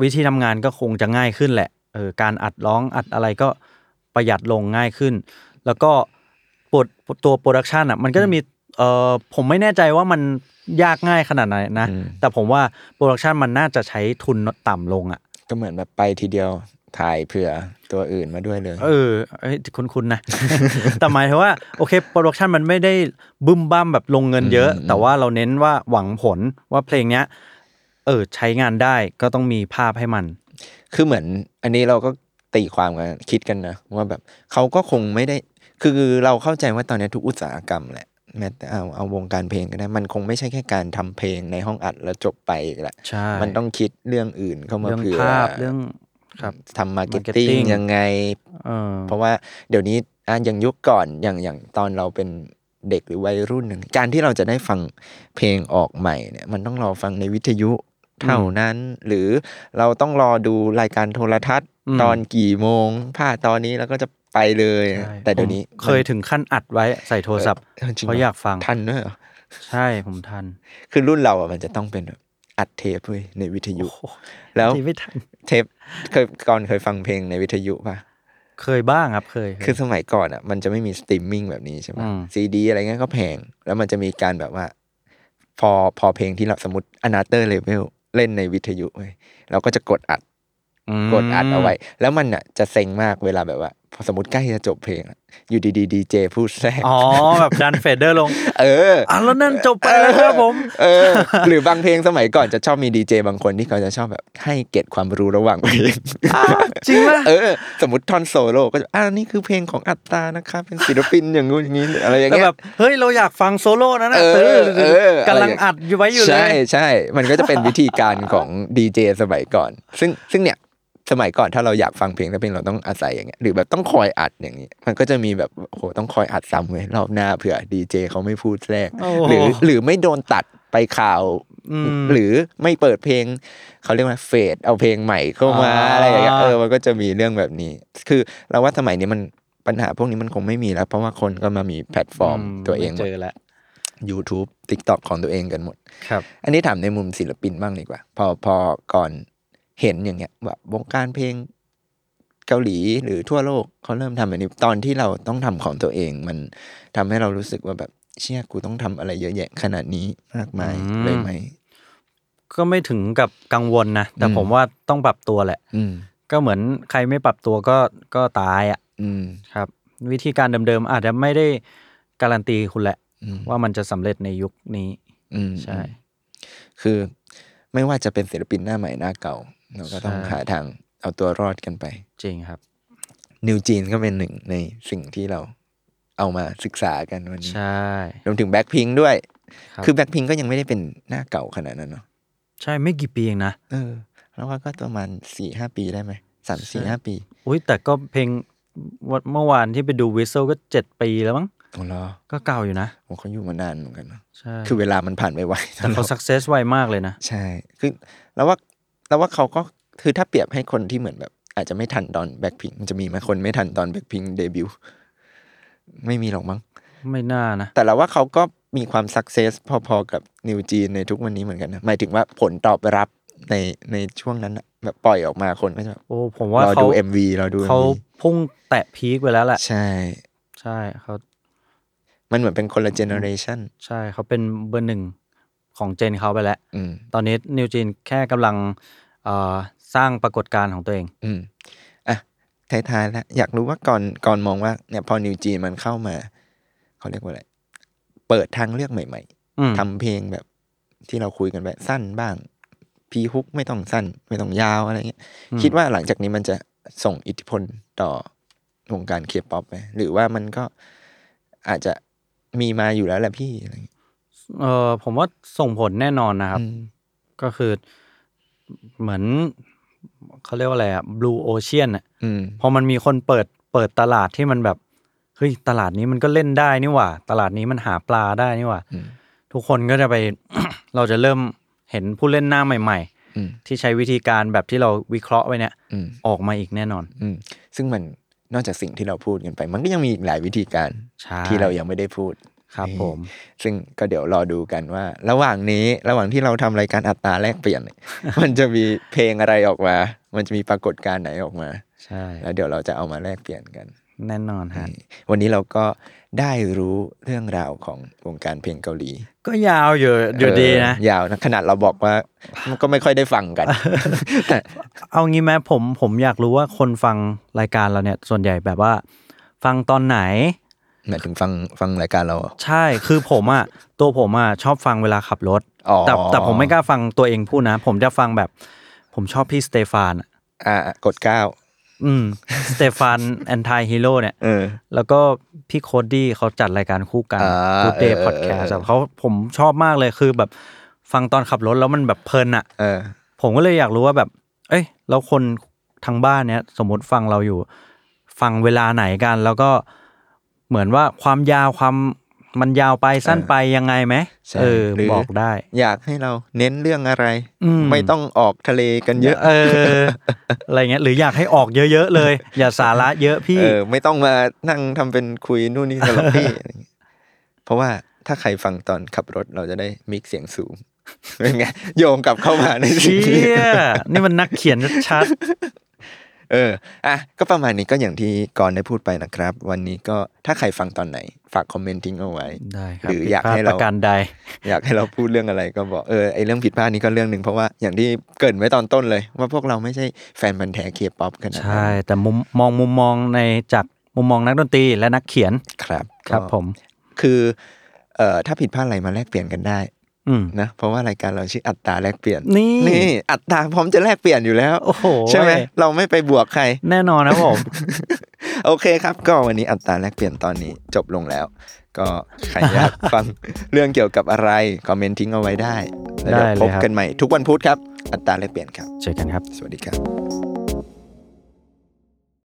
[SPEAKER 3] วิธีทำงานก็คงจะง่ายขึ้นแหละเออการอัดร้องอัดอะไรก็ประหยัดลงง่ายขึ้น แล้วก็ปวดตัวโปรดักชันอ่ะมันก็จะมีเออผมไม่แน่ใจว่ามันยากง่ายขนาดไหนนะ
[SPEAKER 2] อืม
[SPEAKER 3] แต่ผมว่าโปรดักชันมันน่าจะใช้ทุนต่ำลงอ่ะ
[SPEAKER 2] ก็เหมือนแบบไปทีเดียวถ่ายเผื่อตัวอื่นมาด้วยเลย
[SPEAKER 3] เออเอ้ยคุ้นๆ นะ แต่หมายถึงว่าโอเคโปรดักชันมันไม่ได้บึ้มบ้ามแบบลงเงินเยอะ
[SPEAKER 2] อืม
[SPEAKER 3] แต่ว่าเราเน้นว่าหวังผลว่าเพลงเนี้ย เออ ใช้งานได้ก็ต้องมีภาพให้มัน
[SPEAKER 2] คือเหมือนอันนี้เราก็ตีความกันคิดกันนะ ว่าแบบเขาก็คงไม่ได้ คือเราเข้าใจว่าตอนนี้ทุกอุตสาหกรรมแหละแม้แต่เอาเอาวงการเพลงก็ได้ มันคงไม่ใช่แค่การทำเพลงในห้องอัดแล้วจบไปแหละ
[SPEAKER 3] ใช่
[SPEAKER 2] มันต้องคิดเรื่องอื่นเข้ามา
[SPEAKER 3] เรื่อง
[SPEAKER 2] เผื่อ
[SPEAKER 3] ภาพเรื่องครับ
[SPEAKER 2] ทำมาร์เก็ตติ้ง
[SPEAKER 3] marketing
[SPEAKER 2] ยังไง
[SPEAKER 3] เออ
[SPEAKER 2] เพราะว่าเดี๋ยวนี้อ่ะอย่างยุคก่อนอย่างอย่างตอนเราเป็นเด็กหรือวัยรุ่นหนึ่งการที่เราจะได้ฟังเพลงออกใหม่เนี่ย มันต้องรอฟังในวิทยุเท่านั้น หรือเราต้องรอดูรายการโทรทัศน์
[SPEAKER 3] อืม
[SPEAKER 2] ตอนกี่โมงผ่าตอนนี้แล้วก็จะไปเลย
[SPEAKER 3] ใช่
[SPEAKER 2] แต่เดี๋ยวนี้
[SPEAKER 3] ผมเคยถึงขั้นอัดไว้ใส่โทรศัพท์
[SPEAKER 2] ออจริงหร
[SPEAKER 3] เพราะอยากฟัง
[SPEAKER 2] ทันด้วยเหรอ
[SPEAKER 3] ใช่ผมทัน
[SPEAKER 2] คือรุ่นเราอ่ะมันจะต้องเป็นแบบอัดเทปเว้ยในวิทยุ
[SPEAKER 3] โอ้โห
[SPEAKER 2] แล้ว
[SPEAKER 3] ที่ไม่ทัน
[SPEAKER 2] เทปเคยก่อนเคยฟังเพลงในวิทยุป่ะ
[SPEAKER 3] เคยบ้างครับเคย
[SPEAKER 2] คือสมัยก่อนอ่ะมันจะไม่มีสตรีมมิ่งแบบนี้ใช่ไหม
[SPEAKER 3] อืม
[SPEAKER 2] ซีดีอะไรเงี้ยก็แพง แล้วมันจะมีการแบบว่า พอพอเพลงที่เราสมมติอนาเตอร์เลเวลเล่นในวิทยุเว้ยเราก็จะกดอัดกดอัดเอาไว้ แล้วมันอ่ะจะเซ็งมากเวลาแบบว่าพอสมมติใกล้จะจบเพลงอะอยู่ดีๆดีเจพูดแทรก
[SPEAKER 3] อ๋อแบบดันเฟเดอร์ลง
[SPEAKER 2] เออ
[SPEAKER 3] อ่ะแล้วนั่นจบไปแล้วครับผม
[SPEAKER 2] เออ หรือบางเพลงสมัยก่อนจะชอบมีดีเจบางคนที่เขาจะชอบแบบให้เก็บความรู้ระหว่างเพลง
[SPEAKER 3] จริงป่ะ
[SPEAKER 2] เออ สมมติท่อนโซโล่ก็จะอ่านี่คือเพลงของอัตตานะครับ เป็นศิลปินอย่างงู้นอย่างนี้อะไรอย่าง
[SPEAKER 3] แต่
[SPEAKER 2] เงี้ย
[SPEAKER 3] แบบเฮ้ยเราอยากฟังโซโล่นะนะ
[SPEAKER 2] เออ
[SPEAKER 3] เออ
[SPEAKER 2] เออ
[SPEAKER 3] กำลังอัดอยู่ไว้อยู่เล
[SPEAKER 2] ใช่
[SPEAKER 3] ย
[SPEAKER 2] ใช่ มันก็จะเป็นวิธีการของ ดีเจสมัยก่อน ซึ่งซึ่งเนี่ยสมัยก่อนถ้าเราอยากฟังเพลงสักเพลงเราต้องอาศัยอย่างเงี้ยหรือแบบต้องคอยอัดอย่างเงี้ยมันก็จะมีแบบโอ้โหต้องคอยอัดซ้ำไว้รอบหน้าเผื่อดีเจเขาไม่พูดแทรก
[SPEAKER 3] โอ้
[SPEAKER 2] ห
[SPEAKER 3] โห
[SPEAKER 2] รือหรือไม่โดนตัดไปข่าว
[SPEAKER 3] อืม
[SPEAKER 2] หรือไม่เปิดเพลง เขาเรียกว่าเฟดเอาเพลงใหม่เข้ามา
[SPEAKER 3] อ่า
[SPEAKER 2] อะไรอย่างเงี้ยเออมันก็จะมีเรื่องแบบนี้ คือเราว่าสมัยนี้มันปัญหาพวกนี้มันคงไม่มีแล้ว เพราะว่าคนก็มามีแพลตฟอร์มตัวเองหม
[SPEAKER 3] เจ
[SPEAKER 2] ด
[SPEAKER 3] อแล้ว
[SPEAKER 2] YouTube TikTok ของตัวเองกันหมด
[SPEAKER 3] ครับ
[SPEAKER 2] อันนี้ถามในมุมศิลปินบ้างดีกว่า พอพอก่อนเห็นอย่างเงี้ยแบบวงการเพลงเกาหลีหรือทั่วโลกเขาเริ่มทำแบบนี้ตอนที่เราต้องทำของตัวเอง มันทำให้เรารู้สึกว่าแบบเชี่ยกูต้องทำอะไรเยอะแยะขนาดนี้มากมาย
[SPEAKER 3] อืม
[SPEAKER 2] เลยไหม
[SPEAKER 3] ก็ไม่ถึงกับกังวลนะ แต่
[SPEAKER 2] อืม
[SPEAKER 3] ผมว่าต้องปรับตัวแหละ
[SPEAKER 2] อืม
[SPEAKER 3] ก็เหมือนใครไม่ปรับตัวก็ก็ตายอ่ะ
[SPEAKER 2] อืม
[SPEAKER 3] ครับ วิธีการเดิมๆอาจจะไม่ได้การันตีคุณแหละ
[SPEAKER 2] อืม
[SPEAKER 3] ว่ามันจะสำเร็จในยุคนี้
[SPEAKER 2] อืม
[SPEAKER 3] ใช่
[SPEAKER 2] คือ ไม่ว่าจะเป็นศิลปินหน้าใหม่หน้าเก่าเราก็ต้อง
[SPEAKER 3] ใช่
[SPEAKER 2] หาทางเอาตัวรอดกันไป
[SPEAKER 3] จริงครับ
[SPEAKER 2] นิวจีนก็เป็นหนึ่งในสิ่งที่เราเอามาศึกษากันวันนี้
[SPEAKER 3] ใช่
[SPEAKER 2] รวมถึงแบ็คพิงด้วย
[SPEAKER 3] ครับ
[SPEAKER 2] คือแบ็คพิงก็ยังไม่ได้เป็นหน้าเก่าขนาดนั้นเนาะ
[SPEAKER 3] ใช่ไม่กี่ปีเองนะ
[SPEAKER 2] เออ แล้วว่าก็ประมาณสี่ห้าปีได้ไหม สามสี่ห้าปี
[SPEAKER 3] อุ้ยแต่ก็เพลงวันเมื่อวานที่ไปดูวิซ l ก็เจ็ดปีแล้วมั้ง
[SPEAKER 2] โอ้โหรอ
[SPEAKER 3] ก็เก่าอยู่นะ
[SPEAKER 2] โอ้เขาอยู่มานานเหมือนกันเนาะ
[SPEAKER 3] ใช่
[SPEAKER 2] คือเวลามันผ่านไปไว
[SPEAKER 3] แต่เขาสักเซสไวมากเลยนะ
[SPEAKER 2] ใช่ คือแล้วว่าแล้วว่าเขาก็ คือถ้าเปรียบให้คนที่เหมือนแบบ อาจจะไม่ทันตอนแบ็คพิงมันจะมีไหมคนไม่ทันตอนแบ็คพิงเดบิวต์ ไม่มีหรอกมั้ง
[SPEAKER 3] ไม่น่านะ
[SPEAKER 2] แต่เราว่าเขาก็มีความสักเซสพอๆกับนิวจีนในทุกวันนี้เหมือนกันนะ หมายถึงว่าผลตอบรับในในช่วงนั้นน่ะแบบปล่อยออกมาคนก็จะแบบ
[SPEAKER 3] โอ้ผมว่า
[SPEAKER 2] เรา
[SPEAKER 3] เขา
[SPEAKER 2] ดู MV เราดู
[SPEAKER 3] เขา
[SPEAKER 2] MV
[SPEAKER 3] พุ่งแตะพีคไปแล้วแหละ
[SPEAKER 2] ใช่
[SPEAKER 3] ใช่เขา
[SPEAKER 2] มันเหมือนเป็นคนละเจเนอเรชัน
[SPEAKER 3] ใช่เขาเป็นเบอร์หนึ่งของเจนเขาไปแล้ว
[SPEAKER 2] อืม
[SPEAKER 3] ตอนนี้นิวจีนแค่กำลังเอ่อสร้างปรากฏการณ์ของตัวเอง
[SPEAKER 2] อืม อ่ะ ท้ายๆแล้ว อยากรู้ว่าก่อนก่อนมองว่าเนี่ยพอนิวจีนมันเข้ามา เขาเรียกว่าอะไร เปิดทางเลือกใหม่
[SPEAKER 3] อืม
[SPEAKER 2] ๆทำเพลงแบบที่เราคุยกันแบบสั้นบ้าง พีฮุกไม่ต้องสั้น ไม่ต้องยาวอะไรเงี้ย คิดว่าหลังจากนี้มันจะส่งอิทธิพลต่อวงการเคป๊อปไหมหรือว่ามันก็อาจจะมีมาอยู่แล้วแหละพี่อะไรเงี้ย
[SPEAKER 3] เออผมว่าส่งผลแน่นอนนะครับ
[SPEAKER 2] อืม
[SPEAKER 3] ก็คือเหมือนเขาเรียกว่าอะไรอะบลูโอเชียนอะ
[SPEAKER 2] อืม
[SPEAKER 3] พอมันมีคนเปิดเปิดตลาดที่มันแบบเฮ้ยตลาดนี้มันก็เล่นได้นี่หว่า ตลาดนี้มันหาปลาได้นี่หว่า
[SPEAKER 2] อืม
[SPEAKER 3] ทุกคนก็จะไป เราจะเริ่มเห็นผู้เล่นหน้าใหม่
[SPEAKER 2] อืม
[SPEAKER 3] ๆ ที่ใช้วิธีการแบบที่เราวิเคราะห์ไว้เนี่ย
[SPEAKER 2] อืม
[SPEAKER 3] ออกมาอีกแน่นอน
[SPEAKER 2] อืมซึ่งมันนอกจากสิ่งที่เราพูดกันไป มันก็ยังมีอีกหลายวิธีการ
[SPEAKER 3] ใช่
[SPEAKER 2] ที่เรายังไม่ได้พูด
[SPEAKER 3] ครับ
[SPEAKER 2] นี่
[SPEAKER 3] ผม
[SPEAKER 2] ซึ่งก็เดี๋ยวรอดูกันว่า ระหว่างนี้ระหว่างที่เราทำรายการอัตราแลกเปลี่ ยนเนี่ย มันจะมีเพลงอะไรออกมา มันจะมีปรากฏการณ์ไหนออกมา
[SPEAKER 3] ใช่
[SPEAKER 2] แล้วเดี๋ยวเราจะเอามาแลกเปลี่ยนกัน
[SPEAKER 3] แน่นอนฮะ
[SPEAKER 2] วันนี้เราก็ได้รู้เรื่องราวของวงการเพลงเกาหลี
[SPEAKER 3] ก็ยาวอยู่อยู่ดีนะ
[SPEAKER 2] เออยาวนะขนาดเราบอกว่ามันก็ไม่ค่อยได้ฟัง กัน แต่
[SPEAKER 3] เอางี้ไหมผมผมอยากรู้ว่าคนฟังรายการเราเนี่ย ส่วนใหญ่แบบว่า ฟังตอนไหน
[SPEAKER 2] หมายถึงฟังฟังรายการเราเหรอ
[SPEAKER 3] ใช่คือผมอ่ะ ตัวผมอ่ะชอบฟังเวลาขับรถ
[SPEAKER 2] อ๋อ
[SPEAKER 3] แต่แต่ผมไม่กล้าฟังตัวเองพูดนะ ผมจะฟังแบบ ผมชอบพี่สเตฟานอะ
[SPEAKER 2] อ่ากดเก้า
[SPEAKER 3] อืมสเตฟานแอนทายฮีโร่เนี่ย
[SPEAKER 2] เออ
[SPEAKER 3] แล้วก็พี่โคดดี้เขาจัดรายการคู่กัน
[SPEAKER 2] อ่า
[SPEAKER 3] กูเดย์
[SPEAKER 2] เออ
[SPEAKER 3] พอดแคสต์
[SPEAKER 2] เออ
[SPEAKER 3] เขาผมชอบมากเลยคือแบบฟังตอนขับรถแล้วมันแบบเพลินอะ
[SPEAKER 2] เออ
[SPEAKER 3] ผมก็เลยอยากรู้ว่าแบบ เอ้ยแล้วคนทางบ้านเนี้ยสมมติฟังเราอยู่ ฟังเวลาไหนกัน แล้วก็เหมือนว่าความยาวความมันยาวไปสั้นไปยังไงไหม
[SPEAKER 2] ใช่
[SPEAKER 3] เออ
[SPEAKER 2] หรือ
[SPEAKER 3] บอกได้
[SPEAKER 2] อยากให้เราเน้นเรื่องอะไร
[SPEAKER 3] อืม
[SPEAKER 2] ไม่ต้องออกทะเลกันเยอะ
[SPEAKER 3] เออ อะไรเงี้ยหรืออยากให้ออกเยอะๆเลย อย่าสาระเยอะพี่
[SPEAKER 2] เออ ไม่ต้องมานั่งทำเป็นคุยนู่นนี่สลับพี่ อะไรอย่างเงี้ยเพราะว่าถ้าใครฟังตอนขับรถเราจะได้มิกเสียงสูง เป็นไงโยงกลับเข้ามาในสิ่ง
[SPEAKER 3] เชี่
[SPEAKER 2] ที่
[SPEAKER 3] ยนี่มันนักเขียนชัด
[SPEAKER 2] เอออ่ะก็ประมาณนี้ก็อย่างที่กรณ์ได้พูดไปนะครับ วันนี้ก็ถ้าใครฟังตอนไหน ฝากคอมเมนต์ทิ้งเอาไว้
[SPEAKER 3] ได้ครั
[SPEAKER 2] ห
[SPEAKER 3] บ
[SPEAKER 2] รืออยากให้เรา
[SPEAKER 3] ผิดพลดประการใด
[SPEAKER 2] อยากให้เราพูดเรื่องอะไรก็บอกเออไอเรื่องผิดพลาดนี้ก็เรื่องหนึ่งเพราะว่าอย่างที่เกรินไว้ตอนต้นเลย ว่าพวกเราไม่ใช่แฟนบันธุ์แท้เคป๊อปขนาดนั้
[SPEAKER 3] ใช่
[SPEAKER 2] น
[SPEAKER 3] แต่มุมมองมุมมองในจากมุมมองนักดนตรีและนักเขียน
[SPEAKER 2] ครับ
[SPEAKER 3] ครับ
[SPEAKER 2] ก็
[SPEAKER 3] ผม
[SPEAKER 2] คือเอ่อถ้าผิดพลาดอะไรมาแลกเปลี่ยนกันได้
[SPEAKER 3] อืม
[SPEAKER 2] นะเพราะว่ารายการเราชื่ออัตราแลกเปลี่ยน
[SPEAKER 3] นี่
[SPEAKER 2] อัตราพร้อมจะแลกเปลี่ยนอยู่แล้ว
[SPEAKER 3] โอ้โห
[SPEAKER 2] ใช่ไหมเราไม่ไปบวกใคร
[SPEAKER 3] แน่นอนนะผม
[SPEAKER 2] โอเคครับ ก็วันนี้อัตราแลกเปลี่ยนตอนนี้จบลงแล้ว ก็ใครอยาก ฟังเรื่องเกี่ยวกับอะไรคอมเมนต์ทิ้งเอาไว้ได้แล้วเดี๋ยว
[SPEAKER 3] ได้เลย
[SPEAKER 2] พบ
[SPEAKER 3] ครับ
[SPEAKER 2] กันใหม่ทุกวันพุธครับ อัตราแลกเปลี่ยนครับ
[SPEAKER 3] เจอกันครับ
[SPEAKER 2] สวัสดีครับ